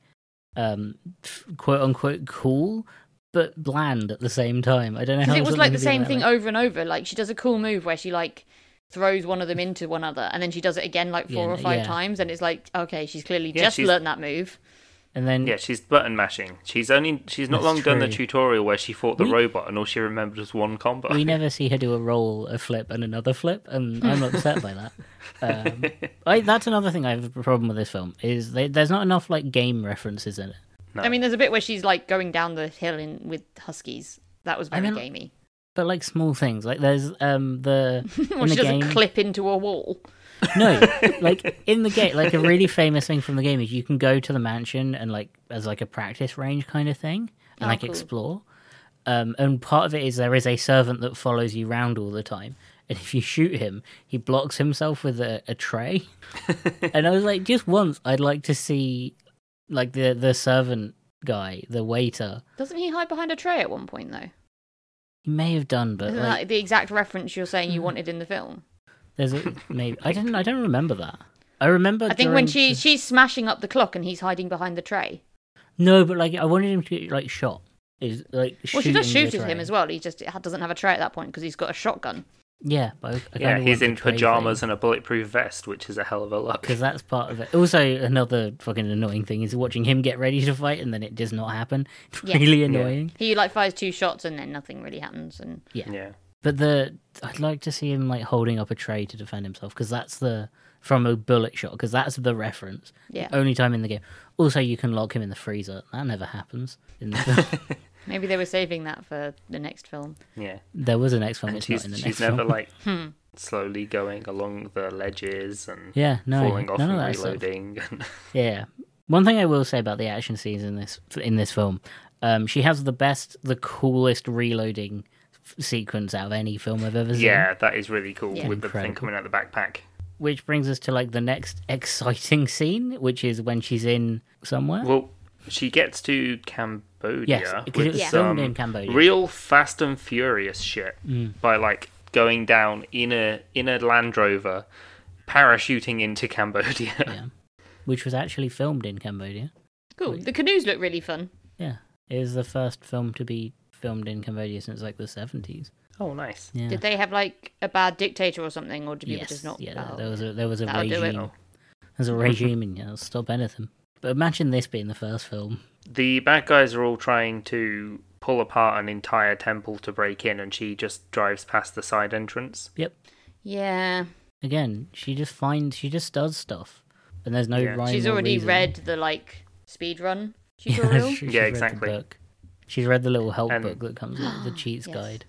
[SPEAKER 2] um f- quote unquote cool but bland at the same time. I don't know how
[SPEAKER 3] Because it was like
[SPEAKER 2] something
[SPEAKER 3] the
[SPEAKER 2] could be
[SPEAKER 3] same
[SPEAKER 2] that,
[SPEAKER 3] thing
[SPEAKER 2] like-
[SPEAKER 3] over and over. Like she does a cool move where she like throws one of them into one other, and then she does it again like four
[SPEAKER 2] Yeah,
[SPEAKER 3] or five
[SPEAKER 2] yeah.
[SPEAKER 3] times, and it's like, okay, she's clearly
[SPEAKER 1] Yeah,
[SPEAKER 3] just
[SPEAKER 1] she's-
[SPEAKER 3] learned that move.
[SPEAKER 2] and then
[SPEAKER 1] Yeah, she's button mashing. She's only she's not
[SPEAKER 2] That's
[SPEAKER 1] long done the
[SPEAKER 2] true.
[SPEAKER 1] tutorial where she fought the
[SPEAKER 2] We-
[SPEAKER 1] robot and all she remembered was one combo. [laughs]
[SPEAKER 2] we never see her do a roll, a flip, and another flip,
[SPEAKER 3] [laughs]
[SPEAKER 2] and I'm upset by that. Um, I, that's another thing I have a problem with this film is they, there's not enough like game references in it.
[SPEAKER 1] No.
[SPEAKER 3] I mean, there's a bit where she's like going down the hill in with huskies. That was
[SPEAKER 2] I
[SPEAKER 3] very
[SPEAKER 2] mean,
[SPEAKER 3] gamey.
[SPEAKER 2] But like small things, like there's um the
[SPEAKER 3] [laughs] Or
[SPEAKER 2] in
[SPEAKER 3] she
[SPEAKER 2] the
[SPEAKER 3] doesn't
[SPEAKER 2] game
[SPEAKER 3] clip into a wall.
[SPEAKER 2] no like in the game like a really famous thing from the game is you can go to the mansion and like as like a practice range kind of thing and
[SPEAKER 3] Oh,
[SPEAKER 2] like
[SPEAKER 3] cool.
[SPEAKER 2] explore. Um, and part of it is there is a servant that follows you round all the time, and if you shoot him, he blocks himself with a, a tray. and I was like, just once, I'd like to see like the the servant guy, the waiter.
[SPEAKER 3] Doesn't he hide behind a tray at one point though?
[SPEAKER 2] He may have done, but
[SPEAKER 3] Isn't
[SPEAKER 2] Uh, like, Hmm.
[SPEAKER 3] that the exact reference you're saying you wanted in the film?
[SPEAKER 2] there's a maybe I don't I don't remember that. I remember.
[SPEAKER 3] I think when
[SPEAKER 2] during
[SPEAKER 3] she
[SPEAKER 2] the-
[SPEAKER 3] she's smashing up the clock and he's hiding behind the tray.
[SPEAKER 2] No, but like I wanted him to get like shot. Is like
[SPEAKER 3] Well, she does
[SPEAKER 2] shooting
[SPEAKER 3] shoot
[SPEAKER 2] the
[SPEAKER 3] at him
[SPEAKER 2] tray.
[SPEAKER 3] as well. He just ha- doesn't have a tray at that point because he's got a shotgun.
[SPEAKER 2] Yeah, but I, I
[SPEAKER 1] yeah,
[SPEAKER 2] kinda
[SPEAKER 1] he's
[SPEAKER 2] want
[SPEAKER 1] in
[SPEAKER 2] the tray
[SPEAKER 1] pajamas
[SPEAKER 2] thing,
[SPEAKER 1] and a bulletproof vest, which is a hell of a look.
[SPEAKER 2] because that's part of it. Also, another fucking annoying thing is watching him get ready to fight and then it does not happen. [laughs] It's
[SPEAKER 3] Yeah.
[SPEAKER 2] really annoying.
[SPEAKER 3] He like fires two shots and then nothing really happens. And
[SPEAKER 1] Yeah.
[SPEAKER 2] But the I'd like to see him like holding up a tray to defend himself because that's the from a bullet shot because that's the reference.
[SPEAKER 3] Yeah.
[SPEAKER 2] Only time in the game. Also, you can lock him in the freezer. That never happens. In
[SPEAKER 1] [laughs]
[SPEAKER 2] the film.
[SPEAKER 3] Maybe they were saving that for the next film.
[SPEAKER 1] Yeah.
[SPEAKER 2] there was an next film.
[SPEAKER 1] And
[SPEAKER 2] It's not
[SPEAKER 1] she's,
[SPEAKER 2] in the next
[SPEAKER 1] she's
[SPEAKER 2] film.
[SPEAKER 1] never like
[SPEAKER 3] Hmm.
[SPEAKER 1] slowly going along the ledges and
[SPEAKER 2] yeah, no,
[SPEAKER 1] falling off
[SPEAKER 2] none of
[SPEAKER 1] and
[SPEAKER 2] that stuff.
[SPEAKER 1] reloading. [laughs] and-
[SPEAKER 2] Yeah. One thing I will say about the action scenes in this in this film, um, she has the best, the coolest reloading f- sequence out of any film I've ever seen.
[SPEAKER 1] yeah, that is really cool
[SPEAKER 3] Yeah.
[SPEAKER 1] with the thing
[SPEAKER 2] Incredible.
[SPEAKER 1] coming out the backpack.
[SPEAKER 2] Which brings us to like the next [laughs] exciting scene, which is when she's in somewhere.
[SPEAKER 1] Well, she gets to Cambodia
[SPEAKER 2] Yes, because
[SPEAKER 1] with
[SPEAKER 2] it was
[SPEAKER 1] some
[SPEAKER 2] filmed in Cambodia. Mm.
[SPEAKER 1] real Fast and Furious shit by like going down in a in a Land Rover, parachuting into Cambodia.
[SPEAKER 2] [laughs] yeah. Which was actually filmed in Cambodia.
[SPEAKER 3] Cool. The canoes look really fun.
[SPEAKER 2] Yeah. It is the first film to be filmed in Cambodia since like the 70s.
[SPEAKER 1] Oh, nice.
[SPEAKER 2] Yeah.
[SPEAKER 3] Did they have like a bad dictator or something, or do people
[SPEAKER 2] yes.
[SPEAKER 3] just not?
[SPEAKER 2] yeah,
[SPEAKER 3] oh,
[SPEAKER 2] there- there was a there was a
[SPEAKER 3] That'll do it.
[SPEAKER 2] regime. There was a regime and yeah, it'll stop anything. But imagine this being the first film.
[SPEAKER 1] The bad guys are all trying to pull apart an entire temple to break in, and she just drives past the side entrance.
[SPEAKER 2] Yep.
[SPEAKER 3] yeah.
[SPEAKER 2] again, she just finds she just does stuff, and there's no
[SPEAKER 1] Yeah.
[SPEAKER 2] rhyme.
[SPEAKER 3] She's
[SPEAKER 2] or
[SPEAKER 3] already
[SPEAKER 2] reason. [laughs]
[SPEAKER 3] read the like speed run
[SPEAKER 2] Yeah, [laughs]
[SPEAKER 3] tutorial.
[SPEAKER 2] she- she's
[SPEAKER 1] Yeah,
[SPEAKER 2] read the
[SPEAKER 1] exactly.
[SPEAKER 2] book. She's read the little help
[SPEAKER 1] And-
[SPEAKER 2] book that comes with
[SPEAKER 3] [gasps]
[SPEAKER 2] the cheats
[SPEAKER 3] Yes.
[SPEAKER 2] guide.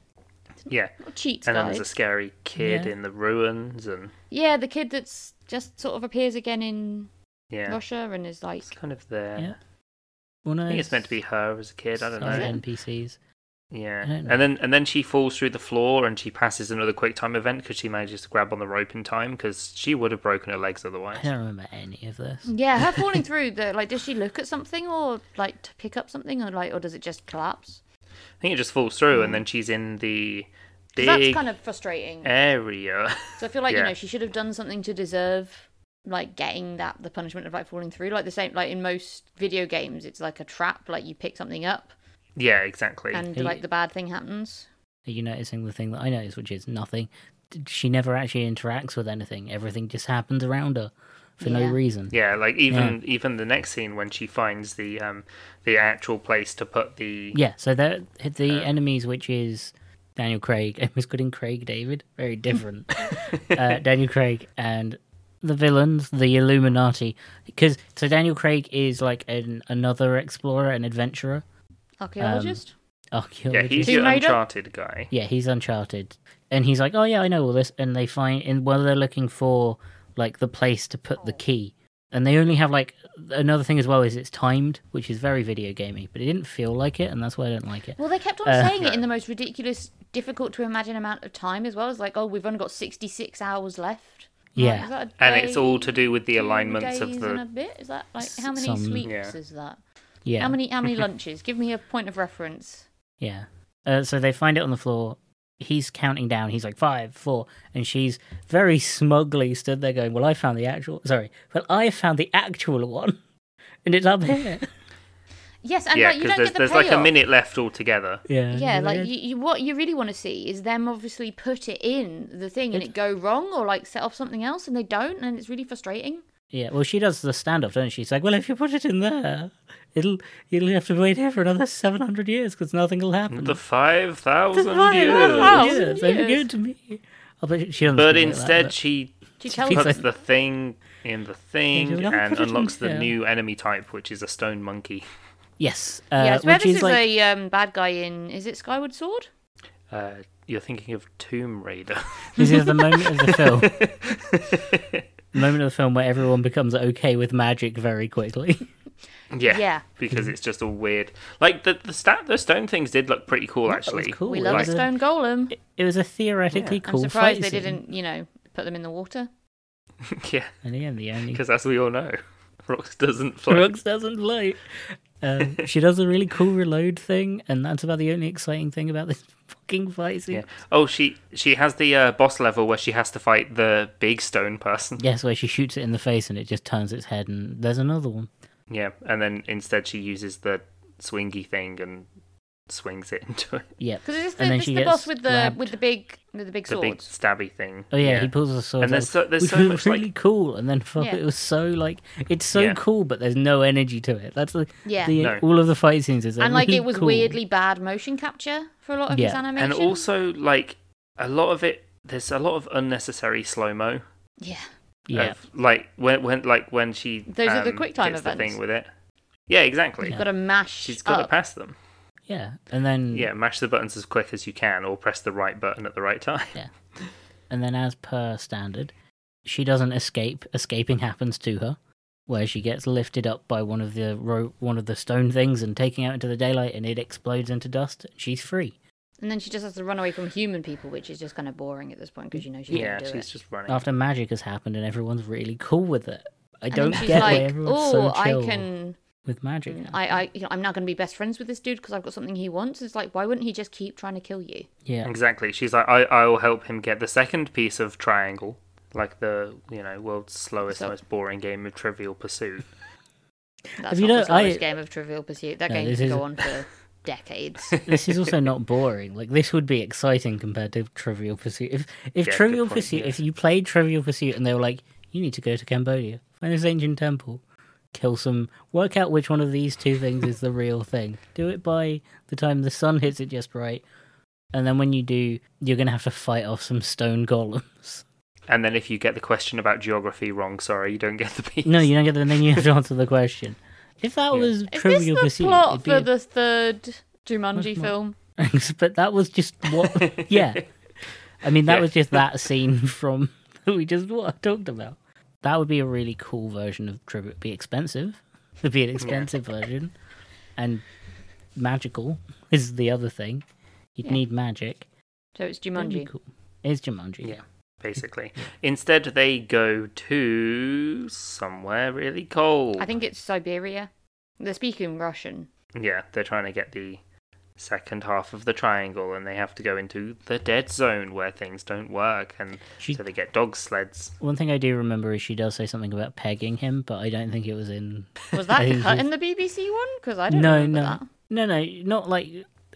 [SPEAKER 1] Yeah,
[SPEAKER 3] Not cheats,
[SPEAKER 1] and then
[SPEAKER 3] guys.
[SPEAKER 1] there's a scary kid
[SPEAKER 2] Yeah.
[SPEAKER 1] in the ruins, and
[SPEAKER 3] Yeah, the kid that's just sort of appears again in
[SPEAKER 1] yeah,
[SPEAKER 3] Russia and is like,
[SPEAKER 1] it's kind of there.
[SPEAKER 2] Yeah. Well, no,
[SPEAKER 1] I think it's meant to be her as a kid. I don't
[SPEAKER 2] some
[SPEAKER 1] know.
[SPEAKER 2] NPCs.
[SPEAKER 1] Yeah,
[SPEAKER 2] I don't know.
[SPEAKER 1] and then and then she falls through the floor and she passes another quick time event because she manages to grab on the rope in time because she would have broken her legs
[SPEAKER 2] I
[SPEAKER 1] otherwise.
[SPEAKER 2] don't remember any of this. [laughs]
[SPEAKER 3] yeah, her falling through. The, like, does she look at something or like to pick up something or like, or does it just collapse?
[SPEAKER 1] I think it just falls through
[SPEAKER 2] Mm.
[SPEAKER 1] and then she's in the
[SPEAKER 3] 'Cause
[SPEAKER 1] big
[SPEAKER 3] That's kind of frustrating.
[SPEAKER 2] Eh,
[SPEAKER 1] area.
[SPEAKER 3] So I feel like you
[SPEAKER 1] Yeah.
[SPEAKER 3] know she should have done something to deserve like getting that the punishment of like falling through. Like the same like in most video games, it's like a trap. Like you pick something up
[SPEAKER 1] yeah, exactly.
[SPEAKER 3] and
[SPEAKER 2] Hey.
[SPEAKER 3] like the bad thing happens.
[SPEAKER 2] Are you noticing the thing that I noticed, which is nothing? D- She never actually interacts with anything. Everything just happens around her for
[SPEAKER 3] Yeah.
[SPEAKER 2] no reason.
[SPEAKER 1] yeah, like even even the next scene when she finds the um the actual place to put the
[SPEAKER 2] Yeah, so they're the enemies, which is Daniel Craig. [laughs] I was calling Craig David.
[SPEAKER 1] [laughs]
[SPEAKER 2] Very different. uh, Daniel Craig and the villains, the Illuminati. Because so Daniel Craig is like an, another explorer, an adventurer, Um,
[SPEAKER 3] Archaeologist.
[SPEAKER 1] yeah,
[SPEAKER 2] archaeologist.
[SPEAKER 1] he's
[SPEAKER 3] Tomb
[SPEAKER 1] your
[SPEAKER 3] Raider?
[SPEAKER 1] uncharted guy.
[SPEAKER 2] Yeah, he's Uncharted, and he's like, "Oh yeah, I know all this." And they find, and while they're looking for like the place to put
[SPEAKER 3] Oh.
[SPEAKER 2] the key, and they only have like another thing as well is it's timed, which is very video gamey, but it didn't feel like it, and that's why I don't like it.
[SPEAKER 3] well, they kept on
[SPEAKER 2] Uh,
[SPEAKER 3] saying it in the most ridiculous, difficult to imagine amount of time as well. It's like, oh, we've only got sixty six hours left. Like,
[SPEAKER 2] Yeah.
[SPEAKER 3] is that a
[SPEAKER 1] And it's
[SPEAKER 3] day,
[SPEAKER 1] all to do with the
[SPEAKER 3] two
[SPEAKER 1] alignments of
[SPEAKER 3] days
[SPEAKER 1] the
[SPEAKER 3] and a bit. Is that like how many
[SPEAKER 2] Some-
[SPEAKER 3] sweeps
[SPEAKER 1] Yeah.
[SPEAKER 3] is that?
[SPEAKER 2] Yeah.
[SPEAKER 3] How many how
[SPEAKER 2] [laughs]
[SPEAKER 3] many lunches? Give me a point of reference.
[SPEAKER 2] Yeah. Uh, so they find it on the floor. He's counting down. He's like five, four, and she's very smugly stood there going, "Well, I found the actual. Sorry, well, I found the actual one, [laughs] and it's up
[SPEAKER 3] [laughs]
[SPEAKER 2] here."
[SPEAKER 3] Yes, and
[SPEAKER 1] yeah
[SPEAKER 3] like you
[SPEAKER 1] because
[SPEAKER 3] don't
[SPEAKER 1] there's
[SPEAKER 3] get the
[SPEAKER 1] there's like a
[SPEAKER 3] payoff.
[SPEAKER 1] minute left altogether.
[SPEAKER 2] yeah.
[SPEAKER 3] Yeah, like you, you, what you really want to see is them obviously put it in the thing and
[SPEAKER 2] It-
[SPEAKER 3] it go wrong or like set off something else and they don't and it's really frustrating.
[SPEAKER 2] Yeah. Well, she does the standoff, doesn't she? She's like, "Well, if you put it in there, it'll you'll have to wait here for another seven hundred years because nothing will happen."
[SPEAKER 1] The five thousand
[SPEAKER 2] Five
[SPEAKER 1] years.
[SPEAKER 3] thousand
[SPEAKER 2] years,
[SPEAKER 3] years.
[SPEAKER 2] They give it to me. Oh, but she doesn't
[SPEAKER 1] But
[SPEAKER 2] speak like that,
[SPEAKER 1] instead,
[SPEAKER 2] but-
[SPEAKER 1] she
[SPEAKER 3] She
[SPEAKER 2] She
[SPEAKER 3] tells
[SPEAKER 2] keeps
[SPEAKER 3] us
[SPEAKER 1] puts
[SPEAKER 2] It's like-
[SPEAKER 1] the thing in the
[SPEAKER 2] Yeah,
[SPEAKER 1] thing
[SPEAKER 2] she's like, "I'll
[SPEAKER 1] and
[SPEAKER 2] put it in
[SPEAKER 1] unlocks the
[SPEAKER 2] here."
[SPEAKER 1] new enemy type, which is a stone monkey.
[SPEAKER 2] yes, uh,
[SPEAKER 3] yeah, I swear
[SPEAKER 2] which
[SPEAKER 3] this
[SPEAKER 2] is
[SPEAKER 3] is
[SPEAKER 2] like
[SPEAKER 3] a um, bad guy in is it Skyward Sword?
[SPEAKER 1] Uh, you're thinking of Tomb Raider. [laughs]
[SPEAKER 2] This [laughs] is the moment of the film. the moment of the film where everyone becomes okay with magic very quickly.
[SPEAKER 1] yeah,
[SPEAKER 3] Yeah.
[SPEAKER 1] because it's just a weird. Like the the stat, the stone things did look pretty cool
[SPEAKER 2] that was
[SPEAKER 1] actually.
[SPEAKER 2] cool.
[SPEAKER 3] We
[SPEAKER 2] Ooh,
[SPEAKER 3] love
[SPEAKER 2] like
[SPEAKER 3] a
[SPEAKER 2] the-
[SPEAKER 3] stone golem.
[SPEAKER 2] It was a theoretically
[SPEAKER 1] Yeah.
[SPEAKER 2] cool
[SPEAKER 3] I'm
[SPEAKER 2] fight
[SPEAKER 3] surprised they
[SPEAKER 2] scene.
[SPEAKER 3] didn't, you know, put them in the water.
[SPEAKER 1] [laughs] yeah,
[SPEAKER 2] And again, the only
[SPEAKER 1] because as we all know, [laughs] rocks doesn't
[SPEAKER 2] [laughs]
[SPEAKER 1] float.
[SPEAKER 2] Brooks doesn't like. Um, [laughs] she does a really cool reload thing, and that's about the only exciting thing about this [laughs] fucking fight scene.
[SPEAKER 1] Yeah. Oh, she she has the uh, boss level where she has to fight the big stone person.
[SPEAKER 2] Yes, where she shoots it in the face and it just turns its head, and there's another one.
[SPEAKER 1] Yeah, and then instead she uses the swingy thing and swings it [laughs] into it.
[SPEAKER 2] Yep.
[SPEAKER 3] Because it's the,
[SPEAKER 2] and then
[SPEAKER 3] it's
[SPEAKER 2] she
[SPEAKER 3] the
[SPEAKER 2] gets
[SPEAKER 3] boss with the
[SPEAKER 2] grabbed.
[SPEAKER 3] with the big with the big
[SPEAKER 1] The big
[SPEAKER 3] swords.
[SPEAKER 1] stabby thing.
[SPEAKER 2] Oh yeah, he pulls the sword.
[SPEAKER 1] And there's
[SPEAKER 2] out,
[SPEAKER 1] so- there's
[SPEAKER 2] which
[SPEAKER 1] so
[SPEAKER 2] was
[SPEAKER 1] much, like-
[SPEAKER 2] really cool. And then [laughs] fuck,
[SPEAKER 3] Yeah.
[SPEAKER 2] it was so like it's so
[SPEAKER 1] Yeah.
[SPEAKER 2] cool, but there's no energy to it. That's the
[SPEAKER 3] Yeah.
[SPEAKER 2] the-
[SPEAKER 1] No.
[SPEAKER 2] all of the fight scenes is [laughs]
[SPEAKER 3] and like
[SPEAKER 2] really
[SPEAKER 3] it was
[SPEAKER 2] cool.
[SPEAKER 3] weirdly bad motion capture for a lot of his
[SPEAKER 2] Yeah. And
[SPEAKER 3] animation.
[SPEAKER 1] and also like a lot of it. There's a lot of unnecessary slow mo.
[SPEAKER 3] Yeah.
[SPEAKER 2] Yeah.
[SPEAKER 1] like when when like when she
[SPEAKER 3] Those are the
[SPEAKER 1] um,
[SPEAKER 3] quick time
[SPEAKER 1] gets The
[SPEAKER 3] events.
[SPEAKER 1] thing with it. Yeah, exactly.
[SPEAKER 3] You've got to mash.
[SPEAKER 1] She's got to
[SPEAKER 3] up.
[SPEAKER 1] pass them.
[SPEAKER 2] yeah. And then
[SPEAKER 1] Yeah, mash the buttons as quick as you can, or press the right button at the right time.
[SPEAKER 2] and then as per standard, she doesn't escape. Escaping happens to her, where she gets lifted up by one of the ro- one of the stone things and taken out into the daylight, and it explodes into dust. She's free
[SPEAKER 3] And then she just has to run away from human people, which is just kind of boring at this point because you know [laughs] she
[SPEAKER 1] Yeah,
[SPEAKER 3] didn't do
[SPEAKER 1] she's
[SPEAKER 3] it.
[SPEAKER 1] just running.
[SPEAKER 2] after magic has happened, and everyone's really cool with it. I
[SPEAKER 3] And
[SPEAKER 2] don't
[SPEAKER 3] then she's
[SPEAKER 2] get why
[SPEAKER 3] like,
[SPEAKER 2] everyone's
[SPEAKER 3] "Oh,
[SPEAKER 2] so
[SPEAKER 3] I
[SPEAKER 2] chill
[SPEAKER 3] can,
[SPEAKER 2] with magic. now."
[SPEAKER 3] I, I, you know, I'm now going to be best friends with this dude because I've got something he wants." It's like, why wouldn't he just keep trying to kill you?
[SPEAKER 2] yeah,
[SPEAKER 1] Exactly. She's like, I, I will help him get the second piece of triangle, like the you know world's slowest,
[SPEAKER 3] So-
[SPEAKER 1] most boring game of Trivial Pursuit.
[SPEAKER 3] That's
[SPEAKER 2] you
[SPEAKER 3] not the
[SPEAKER 2] know- I-
[SPEAKER 3] slowest game of Trivial Pursuit. That
[SPEAKER 2] No,
[SPEAKER 3] game
[SPEAKER 2] this
[SPEAKER 3] could
[SPEAKER 2] is-
[SPEAKER 3] go on for decades.
[SPEAKER 2] this is also not boring. Like this would be exciting compared to Trivial Pursuit. If if
[SPEAKER 1] Yeah, good
[SPEAKER 2] Trivial
[SPEAKER 1] point,
[SPEAKER 2] Pursuit,
[SPEAKER 1] yeah.
[SPEAKER 2] if you played Trivial Pursuit and they were like, you need to go to Cambodia, find this ancient temple, kill some, work out which one of these two things is the real thing. Do it by the time the sun hits it just right, and then when you do, you're gonna have to fight off some stone golems. [laughs]
[SPEAKER 1] And then if you get the question about geography wrong, sorry, you don't get the piece.
[SPEAKER 2] No, you don't get the then you have to answer the question. If that was
[SPEAKER 3] is this the
[SPEAKER 2] Trivial Pursuit,
[SPEAKER 3] plot
[SPEAKER 2] it'd be
[SPEAKER 3] for
[SPEAKER 2] a-
[SPEAKER 3] the third Jumanji
[SPEAKER 2] What's my-
[SPEAKER 3] film?
[SPEAKER 2] but that was just what. yeah, I mean that
[SPEAKER 1] Yeah.
[SPEAKER 2] was just that scene from [laughs] that we just wa- talked about. That would be a really cool version of tribute. Be expensive. It'd be an expensive version, and magical is the other thing. You'd
[SPEAKER 3] Yeah.
[SPEAKER 2] need magic.
[SPEAKER 3] So it's
[SPEAKER 2] That'd be
[SPEAKER 3] Jumanji.
[SPEAKER 2] cool. It's Jumanji.
[SPEAKER 1] Yeah, basically. Instead, they go to somewhere really cold.
[SPEAKER 3] I think it's Siberia. They're speaking Russian.
[SPEAKER 1] Yeah, they're trying to get the second half of the triangle, and they have to go into the dead zone where things don't work, and
[SPEAKER 2] She-
[SPEAKER 1] so they get dog sleds.
[SPEAKER 2] One thing I do remember is she does say something about pegging him, but I don't think it was in. I [laughs]
[SPEAKER 3] Was that
[SPEAKER 2] think
[SPEAKER 3] cut
[SPEAKER 2] she's-
[SPEAKER 3] in the BBC one? Because I don't
[SPEAKER 2] No,
[SPEAKER 3] remember
[SPEAKER 2] no,
[SPEAKER 3] that.
[SPEAKER 2] no, no, not like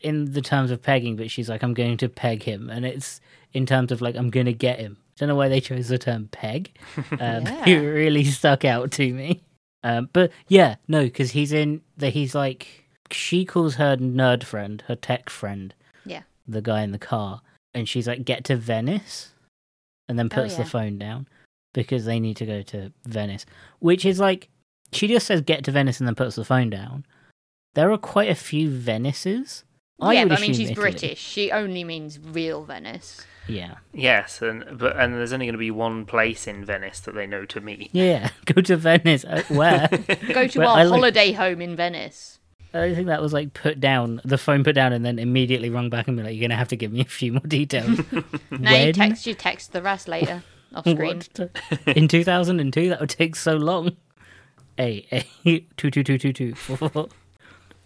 [SPEAKER 2] in the terms of pegging, but she's like, I'm going to peg him, and it's in terms of like, I'm going to get him. Don't know why they chose the term
[SPEAKER 3] [laughs]
[SPEAKER 2] peg. Um, [laughs] It
[SPEAKER 3] Yeah.
[SPEAKER 2] really stuck out to me. Um, but yeah, no, because he's in that he's like she calls her nerd friend, her tech friend,
[SPEAKER 3] Yeah.
[SPEAKER 2] the guy in the car, and she's like, get to Venice, and then
[SPEAKER 3] Oh,
[SPEAKER 2] puts
[SPEAKER 3] yeah.
[SPEAKER 2] the phone down because they need to go to Venice, which is like she just says get to Venice and then puts the phone down. There are quite a few Venices.
[SPEAKER 3] yeah,
[SPEAKER 2] would
[SPEAKER 3] but I mean,
[SPEAKER 2] assume
[SPEAKER 3] she's
[SPEAKER 2] Italy.
[SPEAKER 3] British. She only means
[SPEAKER 2] [laughs]
[SPEAKER 3] real Venice.
[SPEAKER 2] Yeah,
[SPEAKER 1] Yes, and but and there's only going to be one place in Venice that they know to meet.
[SPEAKER 2] yeah. [laughs] Go to Venice. Uh, Where?
[SPEAKER 3] Go to
[SPEAKER 2] Well,
[SPEAKER 3] our
[SPEAKER 2] I like-
[SPEAKER 3] holiday home in Venice.
[SPEAKER 2] I think that was like put down, the phone put down, and then immediately rung back and be like, "You're gonna have to give me a few more details."
[SPEAKER 3] Now
[SPEAKER 2] [laughs]
[SPEAKER 3] you text, you text the rest later off screen.
[SPEAKER 2] What? In 2002, that would take so long. A A [laughs] two two two two two four four. four.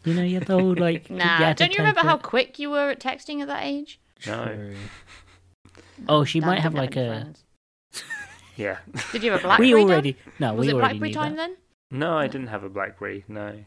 [SPEAKER 2] You know, you had the whole like.
[SPEAKER 3] Nah,
[SPEAKER 2] had to
[SPEAKER 3] don't you remember how
[SPEAKER 2] type
[SPEAKER 3] quick you were at texting at that age?
[SPEAKER 2] it.
[SPEAKER 1] No.
[SPEAKER 2] True. Oh, she
[SPEAKER 3] Dan
[SPEAKER 2] might
[SPEAKER 3] didn't
[SPEAKER 2] have like
[SPEAKER 3] any
[SPEAKER 2] a.
[SPEAKER 3] friends.
[SPEAKER 1] Yeah. [laughs]
[SPEAKER 3] Did you have a BlackBerry?
[SPEAKER 2] [laughs] We
[SPEAKER 3] Dan?
[SPEAKER 2] already no,
[SPEAKER 3] was
[SPEAKER 2] we
[SPEAKER 3] it
[SPEAKER 2] already
[SPEAKER 3] BlackBerry
[SPEAKER 2] knew
[SPEAKER 3] time
[SPEAKER 2] that.
[SPEAKER 3] then?
[SPEAKER 1] No, I didn't have a BlackBerry. No.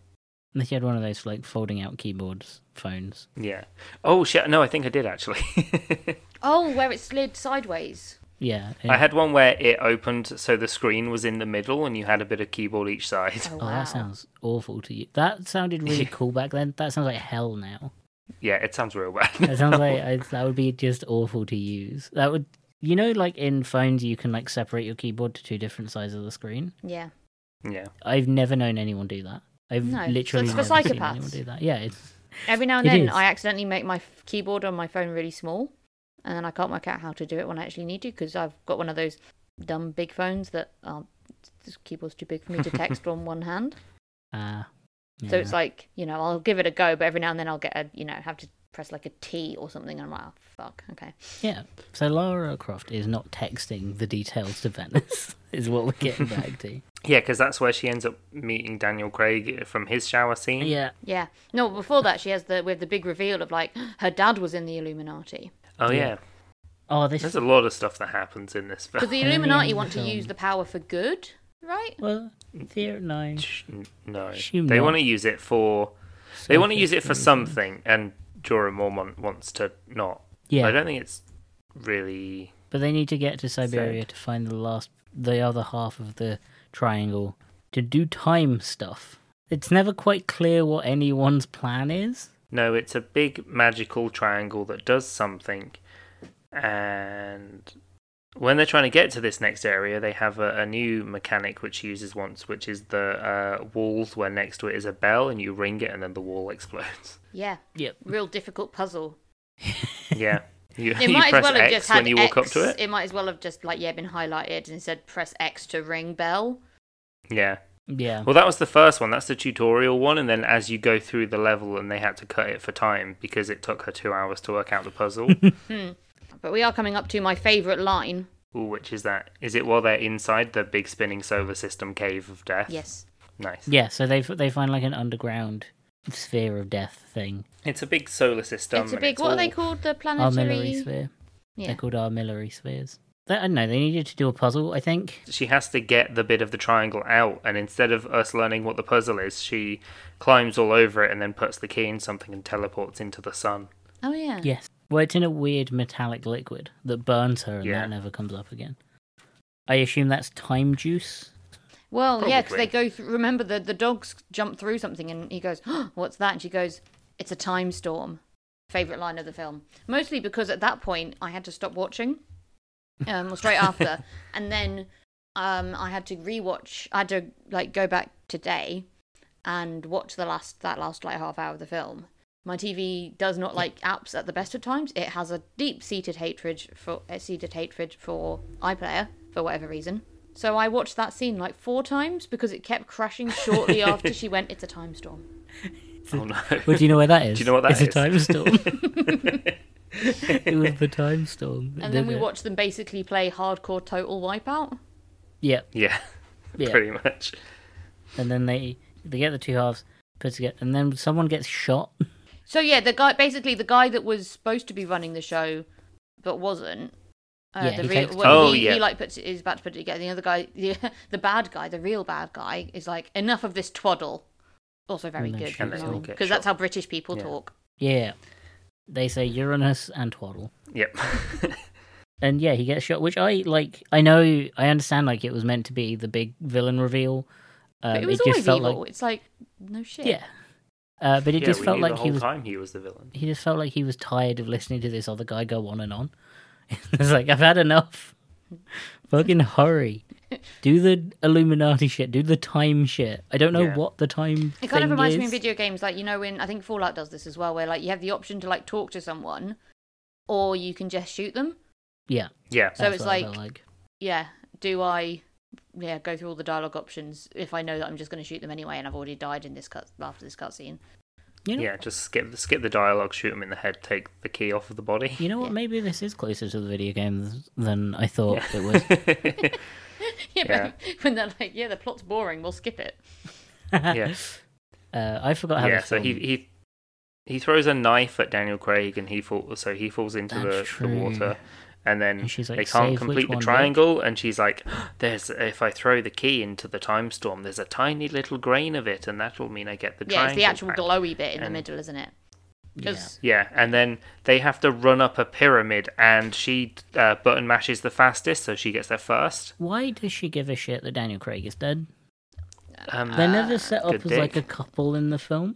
[SPEAKER 2] Unless you had one of those like folding out keyboards phones.
[SPEAKER 1] Yeah. Oh shit. No, I think I did actually. [laughs]
[SPEAKER 3] Oh, where it slid sideways.
[SPEAKER 2] Yeah,
[SPEAKER 1] I had one where it opened so the screen was in the middle and you had a bit of keyboard each side.
[SPEAKER 3] Oh,
[SPEAKER 2] Oh,
[SPEAKER 3] wow.
[SPEAKER 2] that sounds awful to you. That
[SPEAKER 1] [laughs]
[SPEAKER 2] sounded really cool back then. That sounds like hell now.
[SPEAKER 1] Yeah, it sounds real bad.
[SPEAKER 2] That sounds
[SPEAKER 1] [laughs]
[SPEAKER 2] like I, that would be just awful to use. That would, you know, like in phones, you can like separate your keyboard to two different sides of the screen.
[SPEAKER 3] Yeah.
[SPEAKER 1] yeah.
[SPEAKER 2] I've never known anyone do that. I've
[SPEAKER 3] No, so it's
[SPEAKER 2] literally
[SPEAKER 3] for
[SPEAKER 2] never seen
[SPEAKER 3] psychopaths.
[SPEAKER 2] anyone do that. Yeah, it's
[SPEAKER 3] Every now and
[SPEAKER 2] It
[SPEAKER 3] then,
[SPEAKER 2] is.
[SPEAKER 3] I accidentally make my f- keyboard on my phone really small, and then I can't work out how to do it when I actually need to because I've got one of those dumb big phones that aren't, this keyboard's too big for me
[SPEAKER 2] [laughs]
[SPEAKER 3] to text on one hand.
[SPEAKER 2] uh,
[SPEAKER 3] So it's
[SPEAKER 2] yeah.
[SPEAKER 3] like, you know, I'll give it a go, but every now and then I'll get a, you know, have to press like a T or something, and I'm like, oh, fuck, okay.
[SPEAKER 2] yeah. So Lara Croft is not texting the details to Venice. [laughs] is what we're getting
[SPEAKER 1] [laughs]
[SPEAKER 2] back to.
[SPEAKER 1] Yeah, because that's where she ends up meeting Daniel Craig from his shower scene.
[SPEAKER 2] Yeah.
[SPEAKER 3] Yeah. No, before that, she has the, we have the big reveal of like, [gasps] her dad was in the Illuminati.
[SPEAKER 1] Oh yeah.
[SPEAKER 2] Oh, this
[SPEAKER 1] There's a lot of stuff that happens in this
[SPEAKER 3] Because
[SPEAKER 1] film.
[SPEAKER 2] [laughs]
[SPEAKER 3] the
[SPEAKER 2] And then the end
[SPEAKER 3] Illuminati
[SPEAKER 2] of
[SPEAKER 3] want
[SPEAKER 2] the
[SPEAKER 3] to
[SPEAKER 2] film.
[SPEAKER 3] use the power for good, right?
[SPEAKER 2] well, theory nine.
[SPEAKER 1] [laughs] Sh- No,
[SPEAKER 2] She
[SPEAKER 1] they
[SPEAKER 2] not-
[SPEAKER 1] want to use it for they want to use it for something, and Jorah Mormont wants to not.
[SPEAKER 2] Yeah.
[SPEAKER 1] I don't think it's really.
[SPEAKER 2] But they need to get to Siberia
[SPEAKER 1] Said.
[SPEAKER 2] to find the last, the other half of the triangle to do time stuff. It's never quite clear what anyone's plan is.
[SPEAKER 1] No, it's a big magical triangle that does something, And when they're trying to get to this next area, they have a, a new mechanic which he uses once, which is the uh, walls where next to it is a bell and you ring it and then the wall [laughs] explodes.
[SPEAKER 3] Yeah,
[SPEAKER 2] Yep.
[SPEAKER 3] real difficult puzzle. [laughs]
[SPEAKER 1] yeah. You,
[SPEAKER 3] It
[SPEAKER 1] you
[SPEAKER 3] might as
[SPEAKER 1] press
[SPEAKER 3] well have
[SPEAKER 1] X
[SPEAKER 3] just had
[SPEAKER 1] when you walk up
[SPEAKER 3] X.
[SPEAKER 1] to it.
[SPEAKER 3] It might as well have just like yeah been highlighted and said press X to ring bell.
[SPEAKER 1] Yeah.
[SPEAKER 2] Yeah.
[SPEAKER 1] Well, that was the first one. That's the tutorial one. And then as you go through the level, and they had to cut it for time because it took her two hours to work out the puzzle.
[SPEAKER 3] But we are coming up to my favourite line.
[SPEAKER 1] Ooh, which is that? Is it while they're inside the big spinning solar system cave of death?
[SPEAKER 3] Yes.
[SPEAKER 1] Nice.
[SPEAKER 2] Yeah, so they f- they find like an underground sphere of death thing.
[SPEAKER 1] It's a big solar system.
[SPEAKER 3] it's a
[SPEAKER 1] and
[SPEAKER 3] big. What are they
[SPEAKER 1] all-
[SPEAKER 3] called? The
[SPEAKER 2] Armillary
[SPEAKER 3] planetary.
[SPEAKER 2] sphere.
[SPEAKER 3] Yeah.
[SPEAKER 2] They're called armillary spheres. They, I don't know. They needed to do a puzzle, I think.
[SPEAKER 1] She has to get the bit of the triangle out, and instead of us learning what the puzzle is, she climbs all over it and then puts the key in something and teleports into the
[SPEAKER 2] [laughs]
[SPEAKER 1] sun.
[SPEAKER 3] Oh yeah.
[SPEAKER 2] Yes. Well, it's in a weird metallic liquid that burns her, and
[SPEAKER 1] Yeah.
[SPEAKER 2] that never comes up again. I assume that's time juice.
[SPEAKER 3] Well, yeah, 'cause
[SPEAKER 1] Probably.
[SPEAKER 3] they go. Th- remember the the dogs jump through something, and he goes, "Oh, "What's that?" And she goes, "It's a time storm." Favorite line of the film, mostly because at that point I had to stop
[SPEAKER 2] [laughs]
[SPEAKER 3] watching, um, or straight after, and then um, I had to rewatch. I had to like go back today and watch the last that last like half hour of the film. My TV does not like apps at the best of times. It has a deep seated hatred for a seated hatred for iPlayer for whatever reason. So I watched that scene like four times because it kept
[SPEAKER 2] [laughs]
[SPEAKER 3] crashing shortly after she went. It's a time storm.
[SPEAKER 1] Oh no.
[SPEAKER 2] Well, do you know where that is?
[SPEAKER 1] Do you know what that
[SPEAKER 2] it's
[SPEAKER 1] is?
[SPEAKER 2] a time storm. it was the time storm. that
[SPEAKER 3] And then
[SPEAKER 2] did
[SPEAKER 3] we
[SPEAKER 2] it.
[SPEAKER 3] watched them basically play hardcore total wipeout.
[SPEAKER 2] Yep.
[SPEAKER 1] [laughs] yeah,
[SPEAKER 2] Yeah.
[SPEAKER 1] pretty much.
[SPEAKER 2] And then they they get the two halves put together, and then someone gets shot. [laughs]
[SPEAKER 3] So yeah, the guy basically the guy that was supposed to be running the show but wasn't. Uh,
[SPEAKER 2] Yeah,
[SPEAKER 3] the
[SPEAKER 2] he
[SPEAKER 3] real,
[SPEAKER 2] takes-
[SPEAKER 3] well,
[SPEAKER 1] Oh,
[SPEAKER 3] he,
[SPEAKER 1] yeah.
[SPEAKER 3] he like puts is about to put it together. The other guy, [laughs] the, the bad guy, the real bad guy, is like enough of this twaddle. Also very
[SPEAKER 2] And then
[SPEAKER 3] good
[SPEAKER 2] shoots And
[SPEAKER 1] they all get
[SPEAKER 3] because that's
[SPEAKER 1] shot.
[SPEAKER 3] how British people
[SPEAKER 1] Yeah.
[SPEAKER 3] talk.
[SPEAKER 2] Yeah. They say Uranus and Twaddle. [laughs]
[SPEAKER 1] Yep.
[SPEAKER 2] and yeah, he gets shot. Which I like. I know. I understand. Like it was meant to be the big villain reveal. Um,
[SPEAKER 3] but it was
[SPEAKER 2] just
[SPEAKER 3] always
[SPEAKER 2] felt
[SPEAKER 3] evil.
[SPEAKER 2] like
[SPEAKER 3] It's like no shit.
[SPEAKER 2] yeah, uh, but it
[SPEAKER 1] yeah,
[SPEAKER 2] just
[SPEAKER 1] we
[SPEAKER 2] felt
[SPEAKER 1] knew
[SPEAKER 2] like
[SPEAKER 1] the whole
[SPEAKER 2] he was.
[SPEAKER 1] time he was the villain.
[SPEAKER 2] He just felt like he was tired of listening to this other guy go on and on. [laughs] it's like I've had enough. [laughs] Fucking
[SPEAKER 3] [laughs]
[SPEAKER 2] hurry. Do the Illuminati shit. Do the time shit. I don't know
[SPEAKER 1] Yeah.
[SPEAKER 2] what the time.
[SPEAKER 3] It kind
[SPEAKER 2] thing
[SPEAKER 3] of reminds
[SPEAKER 2] is.
[SPEAKER 3] me of video games, like you know, when I think Fallout does this as well, where like you have the option to like talk to someone, or you can just shoot them.
[SPEAKER 2] Yeah.
[SPEAKER 1] Yeah.
[SPEAKER 3] So
[SPEAKER 2] that's
[SPEAKER 3] it's
[SPEAKER 2] what I felt
[SPEAKER 3] like- yeah, do I yeah, go through all the dialogue options if I know that I'm just going to shoot them anyway and I've already died in this cut after this cutscene. [laughs]
[SPEAKER 2] you know,
[SPEAKER 1] Yeah, just skip skip the dialogue, shoot him in the head, take the key off of the body.
[SPEAKER 2] you know what?
[SPEAKER 3] Yeah.
[SPEAKER 2] Maybe this is closer to the video game than I thought it
[SPEAKER 3] [laughs]
[SPEAKER 2] was. [laughs]
[SPEAKER 1] [laughs] was.
[SPEAKER 3] yeah,
[SPEAKER 1] Yeah.
[SPEAKER 3] but [laughs] when they're like, yeah, the plot's boring, we'll skip it.
[SPEAKER 1] yeah.
[SPEAKER 2] Uh, I forgot how.
[SPEAKER 1] yeah,
[SPEAKER 2] the
[SPEAKER 1] so he,
[SPEAKER 2] film-
[SPEAKER 1] he he throws a knife at Daniel Craig, and he fall, so he falls into the,
[SPEAKER 2] That's
[SPEAKER 1] the water,
[SPEAKER 2] true.
[SPEAKER 1] and then
[SPEAKER 2] And she's like,
[SPEAKER 1] they can't
[SPEAKER 2] "Save which
[SPEAKER 1] complete the
[SPEAKER 2] one, Rick?"
[SPEAKER 1] triangle, and she's like, "There's if I throw the key into the time storm, there's a tiny little grain of it, and that'll mean I get the
[SPEAKER 3] yeah, it's
[SPEAKER 1] triangle."
[SPEAKER 3] the actual
[SPEAKER 1] back."
[SPEAKER 3] glowy bit in the
[SPEAKER 1] And-
[SPEAKER 3] middle, isn't it?
[SPEAKER 2] Yeah.
[SPEAKER 3] 'Cause-
[SPEAKER 1] Yeah, and then they have to run up a pyramid, and she uh, button mashes the fastest, so she gets there first.
[SPEAKER 2] Why does she give a shit that Daniel Craig is dead?
[SPEAKER 1] Um,
[SPEAKER 3] Ah,
[SPEAKER 2] They're never set up as
[SPEAKER 1] good
[SPEAKER 2] like a
[SPEAKER 1] dick.
[SPEAKER 2] couple in the film.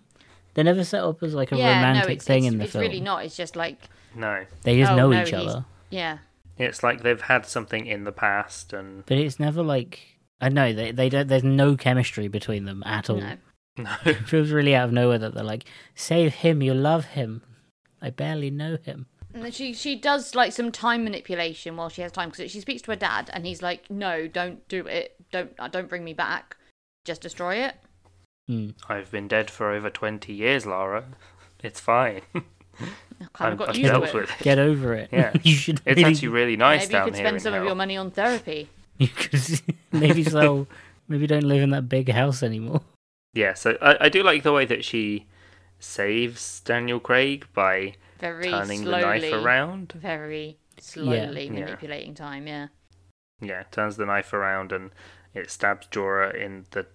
[SPEAKER 2] They're never set up as like a
[SPEAKER 3] yeah,
[SPEAKER 2] romantic
[SPEAKER 3] no, it's,
[SPEAKER 2] thing
[SPEAKER 3] it's,
[SPEAKER 2] in the
[SPEAKER 3] it's
[SPEAKER 2] film.
[SPEAKER 3] really not. It's just like,
[SPEAKER 1] no,
[SPEAKER 2] They just
[SPEAKER 3] oh,
[SPEAKER 2] know
[SPEAKER 3] no,
[SPEAKER 2] each
[SPEAKER 3] he's-
[SPEAKER 2] other,
[SPEAKER 3] yeah,
[SPEAKER 1] it's like they've had something in the past, and [laughs]
[SPEAKER 2] but it's never like I know they they don't. There's no chemistry between them at all.
[SPEAKER 3] no.
[SPEAKER 1] no,
[SPEAKER 2] It feels really out of nowhere that they're like, "Save him, you love him." I barely know him.
[SPEAKER 3] And then she she does like some time manipulation while she has time because she speaks to her dad and he's like, no, don't do it, don't uh, don't bring me back, just destroy it.
[SPEAKER 2] Hmm.
[SPEAKER 1] I've been dead for over twenty years, Lara. It's fine.
[SPEAKER 3] I
[SPEAKER 1] I'm-
[SPEAKER 3] kind of got
[SPEAKER 1] I've
[SPEAKER 3] used to
[SPEAKER 1] dealt
[SPEAKER 3] it.
[SPEAKER 1] with it.
[SPEAKER 2] Get over it.
[SPEAKER 1] [laughs] Yeah.
[SPEAKER 2] [laughs] you should.
[SPEAKER 1] It's
[SPEAKER 2] really-
[SPEAKER 1] actually really nice
[SPEAKER 3] Maybe you
[SPEAKER 1] down
[SPEAKER 3] could
[SPEAKER 1] here.
[SPEAKER 3] spend
[SPEAKER 1] in
[SPEAKER 3] some of
[SPEAKER 1] hell.
[SPEAKER 3] your money on therapy.
[SPEAKER 2] You could [laughs] maybe so. maybe don't live in that big house anymore. [laughs]
[SPEAKER 1] Yeah, so I, I do like the way that she saves Daniel Craig by
[SPEAKER 3] Very
[SPEAKER 1] turning
[SPEAKER 3] slowly,
[SPEAKER 1] the knife around.
[SPEAKER 3] very slowly
[SPEAKER 1] Yeah.
[SPEAKER 3] manipulating time. Yeah,
[SPEAKER 1] Yeah, turns the knife around and it stabs Jorah in the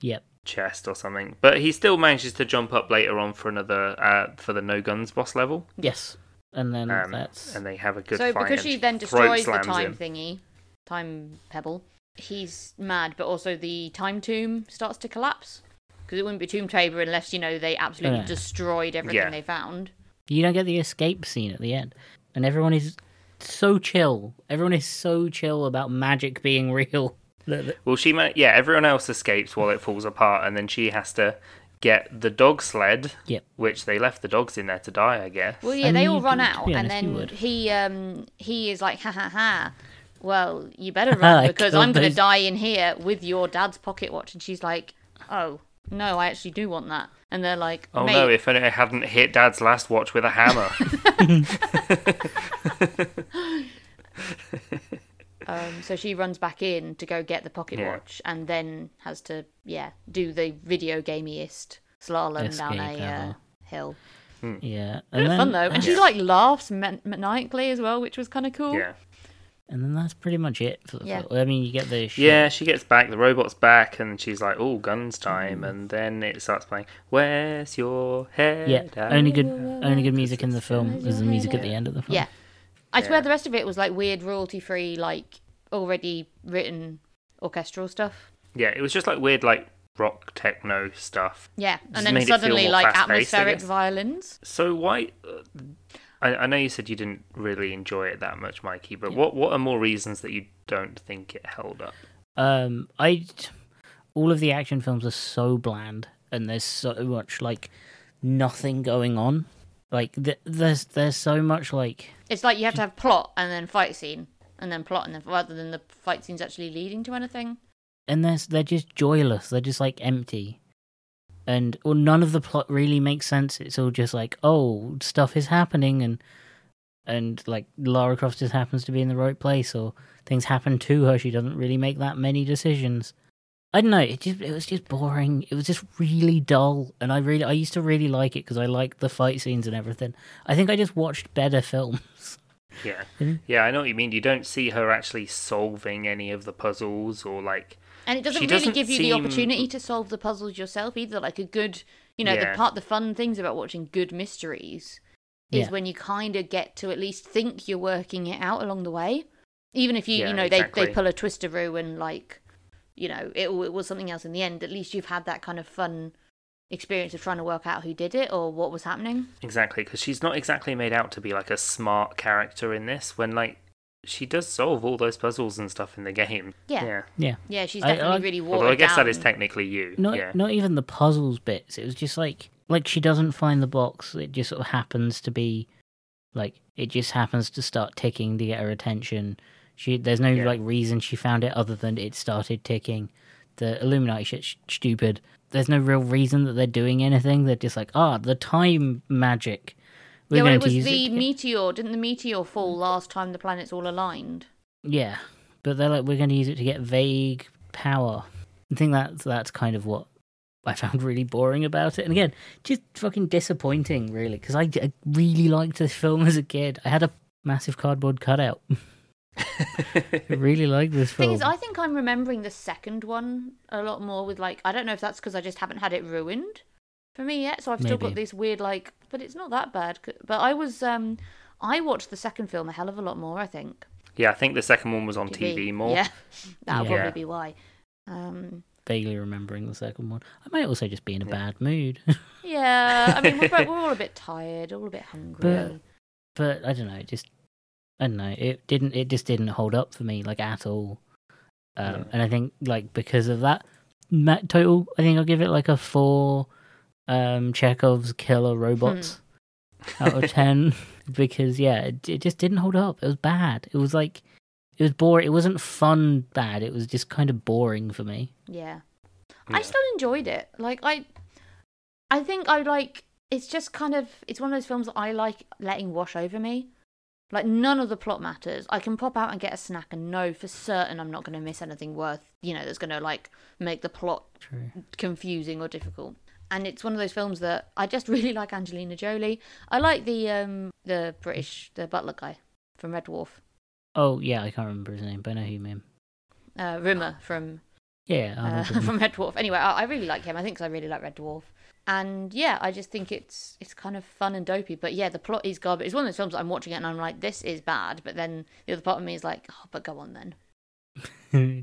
[SPEAKER 2] Yep.
[SPEAKER 1] chest or something. But he still manages to jump up later on for another uh, for the no guns boss level.
[SPEAKER 2] Yes. And then
[SPEAKER 1] Um,
[SPEAKER 2] that's
[SPEAKER 1] and they have a good
[SPEAKER 3] so
[SPEAKER 1] fight.
[SPEAKER 3] because
[SPEAKER 1] and
[SPEAKER 3] she then
[SPEAKER 1] throat
[SPEAKER 3] destroys the
[SPEAKER 1] slams
[SPEAKER 3] time
[SPEAKER 1] him.
[SPEAKER 3] thingy, time pebble, he's mad, but also the time tomb starts to collapse because it wouldn't be Tomb Raider unless you know they absolutely
[SPEAKER 2] Yeah.
[SPEAKER 3] destroyed everything
[SPEAKER 1] Yeah.
[SPEAKER 3] they found.
[SPEAKER 2] You don't get the escape scene at the end, and everyone is so chill. Everyone is so chill about magic being [laughs] real. That- that-
[SPEAKER 1] Well, she ma- yeah, everyone else escapes while it falls apart, and then she has to get the dog sled,
[SPEAKER 2] Yep.
[SPEAKER 1] which they left the dogs in there to die, I guess.
[SPEAKER 3] Well, yeah,
[SPEAKER 2] I
[SPEAKER 3] they
[SPEAKER 2] mean,
[SPEAKER 3] all
[SPEAKER 2] you
[SPEAKER 3] run
[SPEAKER 2] could- to
[SPEAKER 3] out,
[SPEAKER 2] be
[SPEAKER 3] and
[SPEAKER 2] honest, you
[SPEAKER 3] then
[SPEAKER 2] would.
[SPEAKER 3] he um he is like, ha ha ha. Well, you [laughs] better run
[SPEAKER 2] I
[SPEAKER 3] because
[SPEAKER 2] killed
[SPEAKER 3] I'm going
[SPEAKER 2] those-
[SPEAKER 3] to die in here with your dad's pocket watch. And she's like, oh no, I actually do want that. And they're like,
[SPEAKER 1] oh
[SPEAKER 3] Mate,
[SPEAKER 1] no, if I hadn't hit Dad's last watch with a hammer.
[SPEAKER 3] Um, so she runs back in to go get the pocket
[SPEAKER 1] Yeah.
[SPEAKER 3] watch, and then has to yeah do the video gameiest slalom down
[SPEAKER 2] Escape,
[SPEAKER 3] a uh,
[SPEAKER 2] uh-huh.
[SPEAKER 3] hill.
[SPEAKER 1] Hmm.
[SPEAKER 2] yeah,
[SPEAKER 3] It
[SPEAKER 2] and
[SPEAKER 3] was
[SPEAKER 2] then,
[SPEAKER 3] fun though, and
[SPEAKER 2] that's-
[SPEAKER 3] she like laughs man- maniacally as well, which was kind of cool.
[SPEAKER 1] yeah.
[SPEAKER 2] and then that's pretty much it. For the
[SPEAKER 3] Yeah.
[SPEAKER 2] film. I mean, you get the shit.
[SPEAKER 1] Yeah, she gets back, the robot's back, and she's like, oh, guns time. And then it starts playing, Where's your head?
[SPEAKER 2] yeah.
[SPEAKER 1] at?"
[SPEAKER 2] Only good, only good music in the film is the music at the end of the film.
[SPEAKER 3] Yeah. I swear the rest of it was like weird royalty free, like already written orchestral stuff.
[SPEAKER 1] Yeah, it was just like weird, like rock techno stuff.
[SPEAKER 3] Yeah,
[SPEAKER 1] Just
[SPEAKER 3] and then
[SPEAKER 1] made it feel
[SPEAKER 3] suddenly
[SPEAKER 1] more
[SPEAKER 3] like
[SPEAKER 1] fast-paced, I
[SPEAKER 3] atmospheric
[SPEAKER 1] guess.
[SPEAKER 3] violins.
[SPEAKER 1] So why? uh, I, I know you said you didn't really enjoy it that much, Mikey. But what what are more reasons that you don't think it held up?
[SPEAKER 2] Um, I all of the action films are so bland, and there's so much like nothing going on. Like th- there's there's so much like
[SPEAKER 3] It's like you have to have plot and then fight scene and then plot and then rather than the fight scenes actually leading to anything.
[SPEAKER 2] and there's they're just joyless. They're just like empty, and or none of the plot really makes sense. It's all just like oh stuff is happening, and and like Lara Croft just happens to be in the right place, or things happen to her. She doesn't really make that many decisions. I don't know. It just it was just boring. It was just really dull, and I really I used to really like it because I liked the fight scenes and everything. I think I just watched better [laughs] films.
[SPEAKER 1] Yeah,
[SPEAKER 2] Mhm.
[SPEAKER 1] yeah, I know what you mean. You don't see her actually solving any of the puzzles, or like,
[SPEAKER 3] And it doesn't
[SPEAKER 1] She
[SPEAKER 3] really
[SPEAKER 1] doesn't
[SPEAKER 3] give you the
[SPEAKER 1] seem-
[SPEAKER 3] opportunity to solve the puzzles yourself either. Like a good, you know,
[SPEAKER 1] Yeah.
[SPEAKER 3] the part the fun things about watching good mysteries is
[SPEAKER 2] Yeah.
[SPEAKER 3] when you kind of get to at least think you're working it out along the way. Even if you,
[SPEAKER 1] Yeah,
[SPEAKER 3] you know, they,
[SPEAKER 1] exactly.
[SPEAKER 3] they pull a twisteroo and like, you know, it, w- it was something else in the end. At least you've had that kind of fun experience of trying to work out who did it or what was happening.
[SPEAKER 1] exactly because she's not exactly made out to be like a smart character in this. When like, she does solve all those puzzles and stuff in the game.
[SPEAKER 3] Yeah.
[SPEAKER 1] yeah.
[SPEAKER 2] Yeah.
[SPEAKER 3] Yeah, she's
[SPEAKER 2] I-
[SPEAKER 3] definitely
[SPEAKER 2] I-
[SPEAKER 3] really watered
[SPEAKER 1] Although I guess that
[SPEAKER 3] down.
[SPEAKER 1] is technically you. [laughs]
[SPEAKER 2] not
[SPEAKER 1] yeah.
[SPEAKER 2] not even the puzzles bits. It was just like like she doesn't find the box. It just sort of happens to be like it just happens to start ticking to get her attention. She there's no
[SPEAKER 1] Yeah.
[SPEAKER 2] like reason she found it other than it started ticking. The Illuminati shit's sh- stupid. There's no real reason that they're doing anything. They're just like ah the time magic. We're
[SPEAKER 3] yeah, well,
[SPEAKER 2] going
[SPEAKER 3] it
[SPEAKER 2] to
[SPEAKER 3] was
[SPEAKER 2] use
[SPEAKER 3] the
[SPEAKER 2] to-
[SPEAKER 3] meteor. Didn't the meteor fall last time the planets all aligned?
[SPEAKER 2] Yeah, but they're like, we're going to use it to get vague power. I think that's that's kind of what I found really boring about it. And again, just fucking disappointing, really, because I, I really liked this film as a kid. I had a massive cardboard cutout. [laughs] I really liked this
[SPEAKER 3] thing
[SPEAKER 2] film.
[SPEAKER 3] is, I think I'm remembering the second one a lot more with like I don't know if that's because I just haven't had it ruined for me yet, so I've still got
[SPEAKER 2] Maybe.
[SPEAKER 3] this weird like, but it's not that bad. c- But I was, um I watched the second film a hell of a lot more. I think
[SPEAKER 1] Yeah, I think the second one was on TV, more.
[SPEAKER 2] [laughs]
[SPEAKER 3] Yeah, [laughs] that'll
[SPEAKER 2] Yeah.
[SPEAKER 3] probably be why. Um
[SPEAKER 2] Vaguely remembering the second one. I might also just be in a
[SPEAKER 1] Yeah.
[SPEAKER 2] bad mood, [laughs]
[SPEAKER 3] Yeah, I mean we're, both- we're all a bit tired, all a bit hungry.
[SPEAKER 2] but I don't know. It just I don't know. It didn't. It just didn't hold up for me like at all. Um,
[SPEAKER 1] Yeah.
[SPEAKER 2] And I think like because of that ma- total, I think I'll give it like a four. Um, Chekhov's killer robots
[SPEAKER 1] Hmm.
[SPEAKER 2] [laughs] out of ten because yeah, it, it just didn't hold up. It was bad. It was like it was boring. It wasn't fun. Bad. It was just kind of boring for me.
[SPEAKER 3] Yeah.
[SPEAKER 1] Yeah.
[SPEAKER 3] I still enjoyed it. Like I, I think I like. It's just kind of. It's one of those films that I like letting wash over me. Like none of the plot matters. I can pop out and get a snack and know for certain I'm not going to miss anything worth. You know, that's going to like make the plot
[SPEAKER 2] True.
[SPEAKER 3] confusing or difficult. And it's one of those films that I just [laughs] really like Angelina Jolie. I like the um the British the butler guy from Red Dwarf,
[SPEAKER 2] Oh yeah, I can't remember his name, but I know who you mean.
[SPEAKER 3] uh, Rimmer from
[SPEAKER 2] Yeah, I
[SPEAKER 3] [laughs] uh,
[SPEAKER 2] remember him. [laughs]
[SPEAKER 3] from Red Dwarf. Anyway, I, I really like him. I think 'cause I really like Red Dwarf. And yeah, I just think it's it's kind of fun and dopey. But yeah, the plot is garbage. It's one of those films that I'm watching it and I'm like, this is bad. But then the other part of me is like, oh, but go on then.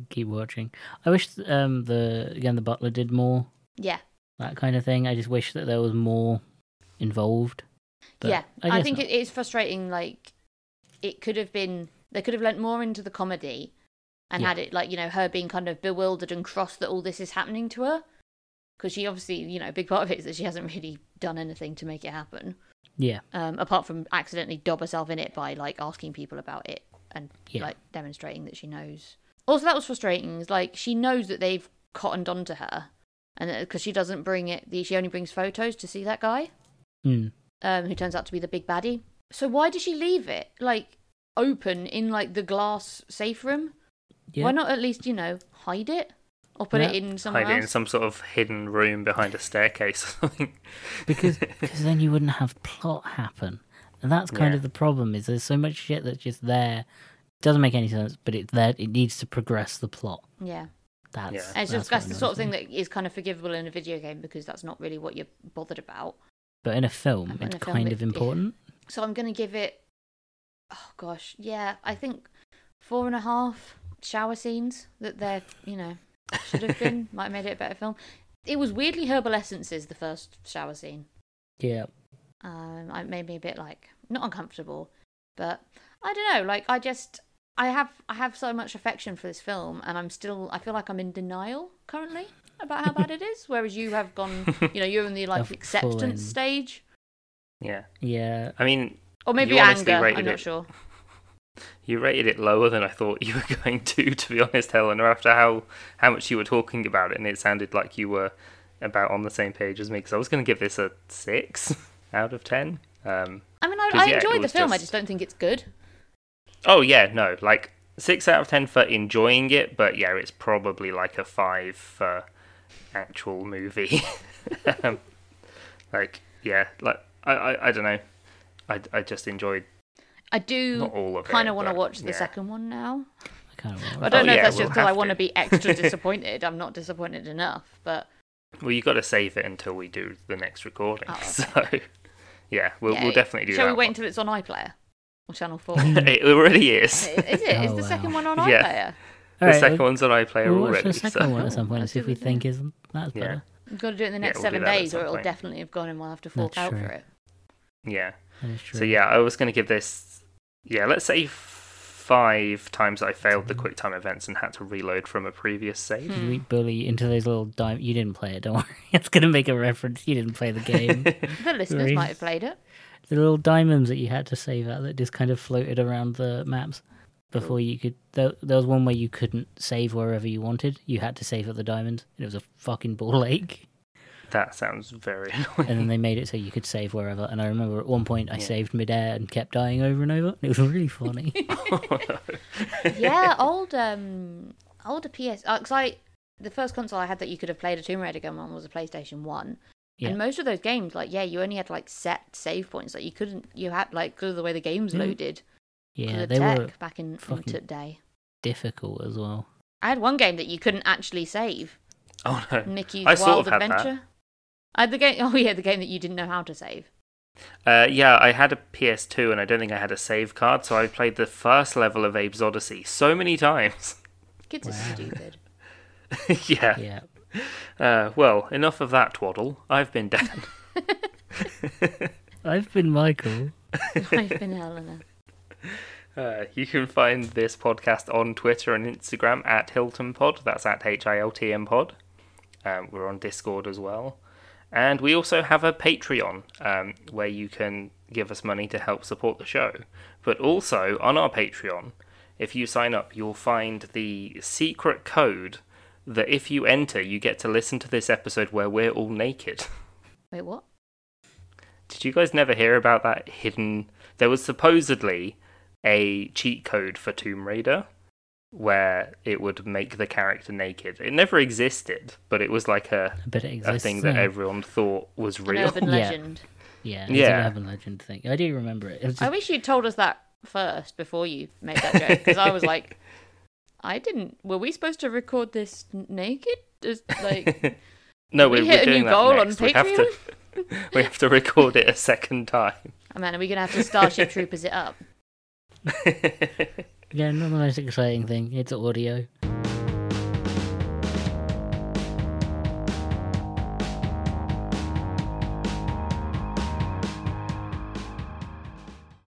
[SPEAKER 2] keep watching. I wish um the again the butler did more
[SPEAKER 3] Yeah,
[SPEAKER 2] that kind of thing. I just wish that there was more involved. But
[SPEAKER 3] yeah.
[SPEAKER 2] guess
[SPEAKER 3] I, think
[SPEAKER 2] not.
[SPEAKER 3] it is frustrating. Like it could have been they could have lent more into the comedy and
[SPEAKER 2] Yeah.
[SPEAKER 3] had it like you know her being kind of bewildered and cross that all this is happening to her because she obviously you know a big part of it is that she hasn't really done anything to make it happen
[SPEAKER 2] Yeah,
[SPEAKER 3] um, apart from accidentally dob herself in it by like asking people about it and
[SPEAKER 2] Yeah.
[SPEAKER 3] like demonstrating that she knows. Also, that was frustrating. Is like she knows that they've cottoned onto her, and because she doesn't bring it, the, she only brings photos to see that guy
[SPEAKER 2] mm.
[SPEAKER 3] um, who turns out to be the big baddie. So why did she leave it like open in like the glass safe room?
[SPEAKER 2] yeah.
[SPEAKER 3] Why not at least you know hide it or put it
[SPEAKER 2] Yeah.
[SPEAKER 3] in somewhere
[SPEAKER 1] Hide it in
[SPEAKER 3] else?
[SPEAKER 1] some sort of hidden room behind a staircase or something.
[SPEAKER 2] [laughs]
[SPEAKER 1] [laughs]
[SPEAKER 2] because because then you wouldn't have plot happen, and that's kind
[SPEAKER 1] Yeah.
[SPEAKER 2] of the problem. Is there's so much shit that's just there, doesn't make any sense, but it's there. It needs to progress the plot.
[SPEAKER 3] yeah.
[SPEAKER 2] That's
[SPEAKER 1] Yeah.
[SPEAKER 3] And it's just
[SPEAKER 2] what
[SPEAKER 3] that's the sort of thing
[SPEAKER 2] annoys me.
[SPEAKER 3] that is kind of forgivable in a video game because that's not really what you're bothered about.
[SPEAKER 2] But in a film,
[SPEAKER 3] In
[SPEAKER 2] it's
[SPEAKER 3] a film,
[SPEAKER 2] kind
[SPEAKER 3] it-
[SPEAKER 2] of important.
[SPEAKER 3] so I'm gonna give it. Oh gosh, yeah, I think four and a half shower scenes that they're you know should
[SPEAKER 1] [laughs]
[SPEAKER 3] have been might have made it a better film. It was weirdly herbal essences the first shower scene.
[SPEAKER 2] Yeah,
[SPEAKER 3] Um, it made me a bit like not uncomfortable, but I don't know. Like I just I have I have so much affection for this film, and I'm still I feel like I'm in denial currently about how bad it is. Whereas you
[SPEAKER 1] [laughs]
[SPEAKER 3] have gone, you know, you're in the like
[SPEAKER 2] Full in.
[SPEAKER 3] acceptance stage,
[SPEAKER 1] yeah.
[SPEAKER 2] yeah.
[SPEAKER 1] I mean,
[SPEAKER 3] or maybe
[SPEAKER 1] You honestly
[SPEAKER 3] anger. I'm
[SPEAKER 1] rated
[SPEAKER 3] not
[SPEAKER 1] it
[SPEAKER 3] sure.
[SPEAKER 1] you rated it lower than I thought you [laughs] were going to, to be honest, Helena, after how, how much you were talking about it, and it sounded like you were about on the same page as me, because I was going to give this a 6 [laughs] out of 10. Um,
[SPEAKER 3] I mean, I,
[SPEAKER 1] 'Cause,
[SPEAKER 3] I
[SPEAKER 1] yeah, it
[SPEAKER 3] enjoyed the
[SPEAKER 1] was
[SPEAKER 3] film. I
[SPEAKER 1] just-
[SPEAKER 3] just don't think it's good.
[SPEAKER 1] oh, yeah, no, like 6 out of 10 for enjoying it, but yeah, it's probably like a 5 for actual movie. [laughs] um, like, yeah, like, I, I, I don't know. I, I just enjoyed
[SPEAKER 3] I
[SPEAKER 1] Not
[SPEAKER 3] do
[SPEAKER 1] all of it.
[SPEAKER 3] kind of want to
[SPEAKER 1] but,
[SPEAKER 3] watch the
[SPEAKER 1] yeah. Oh,
[SPEAKER 3] second one now.
[SPEAKER 2] I kind of.
[SPEAKER 3] I don't know
[SPEAKER 1] yeah,
[SPEAKER 3] if that's
[SPEAKER 1] we'll
[SPEAKER 3] just because I
[SPEAKER 1] have
[SPEAKER 3] want to
[SPEAKER 1] to.
[SPEAKER 3] be extra disappointed. I'm not disappointed enough, but
[SPEAKER 1] Well, you got to save it until we do the next recording.
[SPEAKER 3] Oh,
[SPEAKER 1] [laughs]
[SPEAKER 3] okay.
[SPEAKER 1] So, yeah, we'll,
[SPEAKER 3] yeah,
[SPEAKER 1] we'll definitely do
[SPEAKER 3] Shall
[SPEAKER 1] that.
[SPEAKER 3] we wait until it's on iPlayer or
[SPEAKER 2] [laughs]
[SPEAKER 3] Channel Four? is
[SPEAKER 1] [laughs] one. it already is.
[SPEAKER 3] it? Is
[SPEAKER 2] Oh,
[SPEAKER 3] the
[SPEAKER 2] wow.
[SPEAKER 3] second one on
[SPEAKER 1] Yeah.
[SPEAKER 3] iPlayer?
[SPEAKER 1] [laughs] the second one's on iPlayer
[SPEAKER 2] We'll watch
[SPEAKER 1] already.
[SPEAKER 2] the second
[SPEAKER 1] so.
[SPEAKER 2] one at some point and
[SPEAKER 3] Let's
[SPEAKER 2] see
[SPEAKER 3] do
[SPEAKER 2] if we
[SPEAKER 3] it, yeah.
[SPEAKER 2] think is that's
[SPEAKER 1] Yeah.
[SPEAKER 2] better.
[SPEAKER 3] We've got to do it in the next
[SPEAKER 1] we'll do
[SPEAKER 3] seven
[SPEAKER 1] that at
[SPEAKER 3] days,
[SPEAKER 1] some
[SPEAKER 3] or it'll
[SPEAKER 1] point.
[SPEAKER 3] definitely have gone, and we'll have to fork
[SPEAKER 2] That's
[SPEAKER 3] out
[SPEAKER 2] true.
[SPEAKER 3] for it.
[SPEAKER 1] Yeah.
[SPEAKER 2] That is true.
[SPEAKER 1] So yeah, I was going to give this. Yeah, let's say five times I failed the QuickTime events and had to reload from a previous save. [laughs]
[SPEAKER 2] You eat bully into those little dime. You didn't play it. Don't [laughs] worry. It's gonna make a reference. You didn't play
[SPEAKER 1] [laughs]
[SPEAKER 2] the game.
[SPEAKER 3] The listeners
[SPEAKER 2] Really?
[SPEAKER 3] might have played it.
[SPEAKER 2] the little diamonds that you had to save out that just kind of floated around the maps before you could. There, there was one where you couldn't save wherever you wanted. You had to save at the diamond. And it was a fucking ball ache.
[SPEAKER 1] That sounds very
[SPEAKER 2] And
[SPEAKER 1] annoying.
[SPEAKER 2] then they made it so you could save wherever. And I remember at one point I
[SPEAKER 1] Yeah.
[SPEAKER 2] saved midair and kept dying over and over. It was
[SPEAKER 1] [laughs]
[SPEAKER 2] really funny.
[SPEAKER 3] [laughs]
[SPEAKER 2] [laughs]
[SPEAKER 3] yeah, old um older PS because I the first console I had that you could have played a Tomb Raider game on was a PlayStation One.
[SPEAKER 2] Yeah.
[SPEAKER 3] And most of those games, like yeah, you only had like set save points. Like you couldn't, you had like 'cause of the way the games
[SPEAKER 2] Mm.
[SPEAKER 3] loaded. 'cause
[SPEAKER 2] yeah,
[SPEAKER 3] of
[SPEAKER 2] they
[SPEAKER 3] tech
[SPEAKER 2] were
[SPEAKER 3] back in, in
[SPEAKER 2] fucking-
[SPEAKER 3] t- day.
[SPEAKER 2] difficult as well.
[SPEAKER 3] I had one game that you couldn't actually save.
[SPEAKER 1] oh no.
[SPEAKER 3] Mickey's
[SPEAKER 1] I
[SPEAKER 3] Wild
[SPEAKER 1] sort of had that.
[SPEAKER 3] Adventure. I had the game. [laughs] Oh yeah, the game that you didn't know how to save.
[SPEAKER 1] Uh, yeah, I had a PS2 and I don't think I had a save card, so I played the first level of Abe's Odyssey so many times. [laughs]
[SPEAKER 3] Kids are
[SPEAKER 2] Wow. [laughs]
[SPEAKER 3] stupid. [laughs]
[SPEAKER 1] yeah.
[SPEAKER 2] Yeah.
[SPEAKER 1] Uh, well, enough of that twaddle. I've been
[SPEAKER 3] [laughs]
[SPEAKER 1] Dan.
[SPEAKER 2] I've been Michael.
[SPEAKER 3] I've been Helena.
[SPEAKER 1] Uh, you can find this podcast on Twitter and Instagram at Hilton Pod. That's at H I L T M Pod. Um, we're on Discord as well. And we also have a Patreon um, where you can give us money to help support the show. But also on our Patreon, if you sign up, you'll find the secret code that if you enter, you get to listen to this episode where we're all naked.
[SPEAKER 3] Wait, what?
[SPEAKER 1] Did you guys never hear about that hidden? There was supposedly a cheat code for Tomb Raider where it would make the character naked. It never existed, but it was like a,
[SPEAKER 2] But it
[SPEAKER 1] a
[SPEAKER 2] exists.
[SPEAKER 1] thing that
[SPEAKER 2] now.
[SPEAKER 1] everyone thought was
[SPEAKER 3] An
[SPEAKER 1] real.
[SPEAKER 3] urban [laughs]
[SPEAKER 2] Yeah.
[SPEAKER 3] legend.
[SPEAKER 2] Yeah, it's
[SPEAKER 1] Yeah.
[SPEAKER 2] an urban legend thing. I do remember it. It was
[SPEAKER 3] I
[SPEAKER 2] just-
[SPEAKER 3] wish you'd told us that first before you made that joke because I was like, I didn't. Were we supposed to record this n- naked? Just like
[SPEAKER 1] [laughs] no,
[SPEAKER 3] we
[SPEAKER 1] we, we're
[SPEAKER 3] hit a new
[SPEAKER 1] doing that
[SPEAKER 3] goal on
[SPEAKER 1] next. We have to [laughs] we have to record it a second time. [laughs]
[SPEAKER 3] Oh man, are we gonna have to Starship Troopers it up?
[SPEAKER 2] Yeah, not the most exciting thing. It's audio.